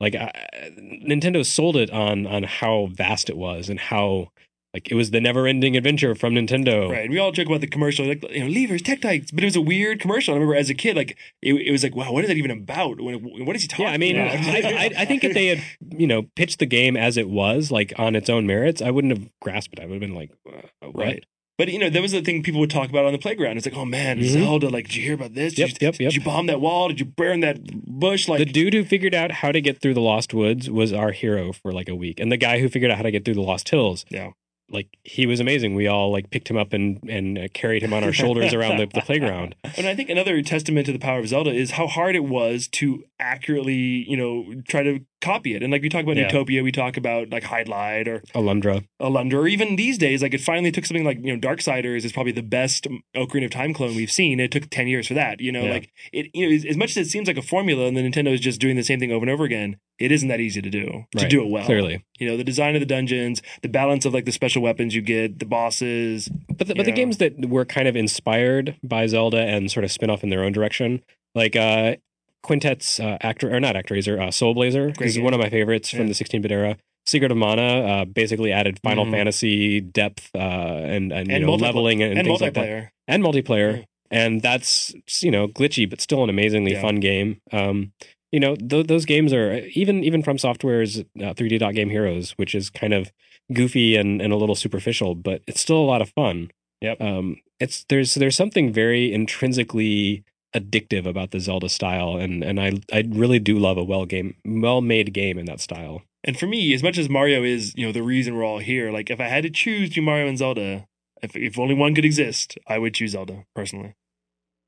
Speaker 1: like I, Nintendo sold it on on how vast it was and how like it was the never ending adventure from Nintendo.
Speaker 2: Right. And we all joke about the commercial, like, you know, levers, tectites. But it was a weird commercial. I remember as a kid, like, it, it was like, wow, what is that even about? What what is he talking
Speaker 1: Yeah, I mean,
Speaker 2: about?
Speaker 1: I, I, I think if they had, you know, pitched the game as it was, like on its own merits, I wouldn't have grasped it. I would have been like, uh, what?
Speaker 2: Right. But you know, that was the thing people would talk about on the playground. It's like, oh man,
Speaker 1: Mhm.
Speaker 2: Zelda, like, did you hear about this? Did,
Speaker 1: Yep,
Speaker 2: you,
Speaker 1: yep,
Speaker 2: did
Speaker 1: yep.
Speaker 2: you bomb that wall? Did you burn that bush? Like,
Speaker 1: the dude who figured out how to get through the Lost Woods was our hero for like a week, and the guy who figured out how to get through the Lost Hills,
Speaker 2: Yeah.
Speaker 1: like he was amazing. We all like picked him up and and uh, carried him on our shoulders around the, the playground.
Speaker 2: and I think another testament to the power of Zelda is how hard it was to accurately, you know, try to copy it. And like we talk about
Speaker 3: Yeah.
Speaker 2: Utopia, we talk about like Hide Light or
Speaker 1: Alundra,
Speaker 2: Alundra, or even these days, like it finally took something like, you know, Darksiders is probably the best Ocarina of Time clone we've seen. It took 10 years for that. You know,
Speaker 3: Yeah.
Speaker 2: like it, you know, as- as much as it seems like a formula and the Nintendo is just doing the same thing over and over again, it isn't that easy to do, to
Speaker 1: Right.
Speaker 2: do it well.
Speaker 1: clearly,
Speaker 2: You know, the design of the dungeons, the balance of like the special weapons you get, the bosses.
Speaker 1: but the, but the
Speaker 2: Yeah.
Speaker 1: games that were kind of inspired by Zelda and sort of spin off in their own direction, like uh, Quintet's uh, actor or not actraiser, uh, Soul Blazer
Speaker 2: Great
Speaker 1: is
Speaker 2: game.
Speaker 1: one of my favorites from
Speaker 2: Yeah.
Speaker 1: the 16-bit era. Secret of Mana uh, basically added Final
Speaker 2: Mhm.
Speaker 1: Fantasy depth uh, and Mm-hmm. and, you
Speaker 2: And
Speaker 1: know,
Speaker 2: multipla-
Speaker 1: leveling and,
Speaker 2: And,
Speaker 1: things
Speaker 2: multiplayer.
Speaker 1: like that. and multiplayer,
Speaker 2: Yeah.
Speaker 1: and that's you know glitchy, but still an amazingly
Speaker 2: Yeah.
Speaker 1: fun game. Um, you know th- those games are even even from Software's uh, 3D Dot Game Heroes, which is kind of goofy and, and a little superficial, but it's still a lot of fun.
Speaker 3: Yep.
Speaker 1: Um, it's there's there's something very intrinsically addictive about the Zelda style, and and I I really do love a well game, well made game in that style.
Speaker 2: And for me, as much as Mario is, you know, the reason we're all here, like if I had to choose between Mario and Zelda, if, if only one could exist, I would choose Zelda personally.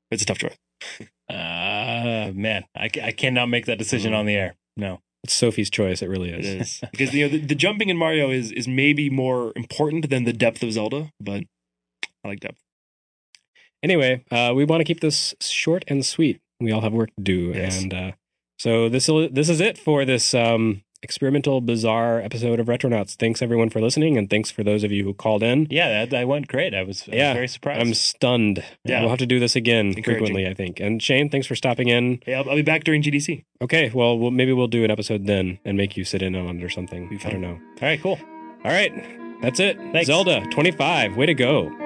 Speaker 2: It's a tough choice.
Speaker 3: Uh, man, I, ca- I cannot make that
Speaker 1: Mm.
Speaker 3: decision on the air. No.
Speaker 1: It's Sophie's choice. It really is.
Speaker 2: It is because you know the, the jumping in Mario is is maybe more important than the depth of Zelda, but I like depth.
Speaker 1: anyway, uh, we want to keep this short and sweet. We all have work to do,
Speaker 2: Yes.
Speaker 1: and uh, so this will- this is it for this um, experimental, bizarre episode of Retronauts. Thanks everyone for listening, and thanks for those of you who called in.
Speaker 3: Yeah, that, that went great. I was, I was
Speaker 1: Yeah,
Speaker 3: very surprised.
Speaker 1: I'm stunned.
Speaker 2: Yeah.
Speaker 1: we'll have to do this again
Speaker 2: Encouraging.
Speaker 1: frequently, I think. And Shane, thanks for stopping in.
Speaker 2: Hey, I'll, I'll be back during GDC.
Speaker 1: Okay, well, we'll maybe we'll do an episode then and make you sit in on it or something.
Speaker 2: Be
Speaker 1: I
Speaker 2: fun.
Speaker 1: don't know.
Speaker 3: All right, cool.
Speaker 1: All right, that's it.
Speaker 3: Thanks.
Speaker 1: Zelda 25, way to go.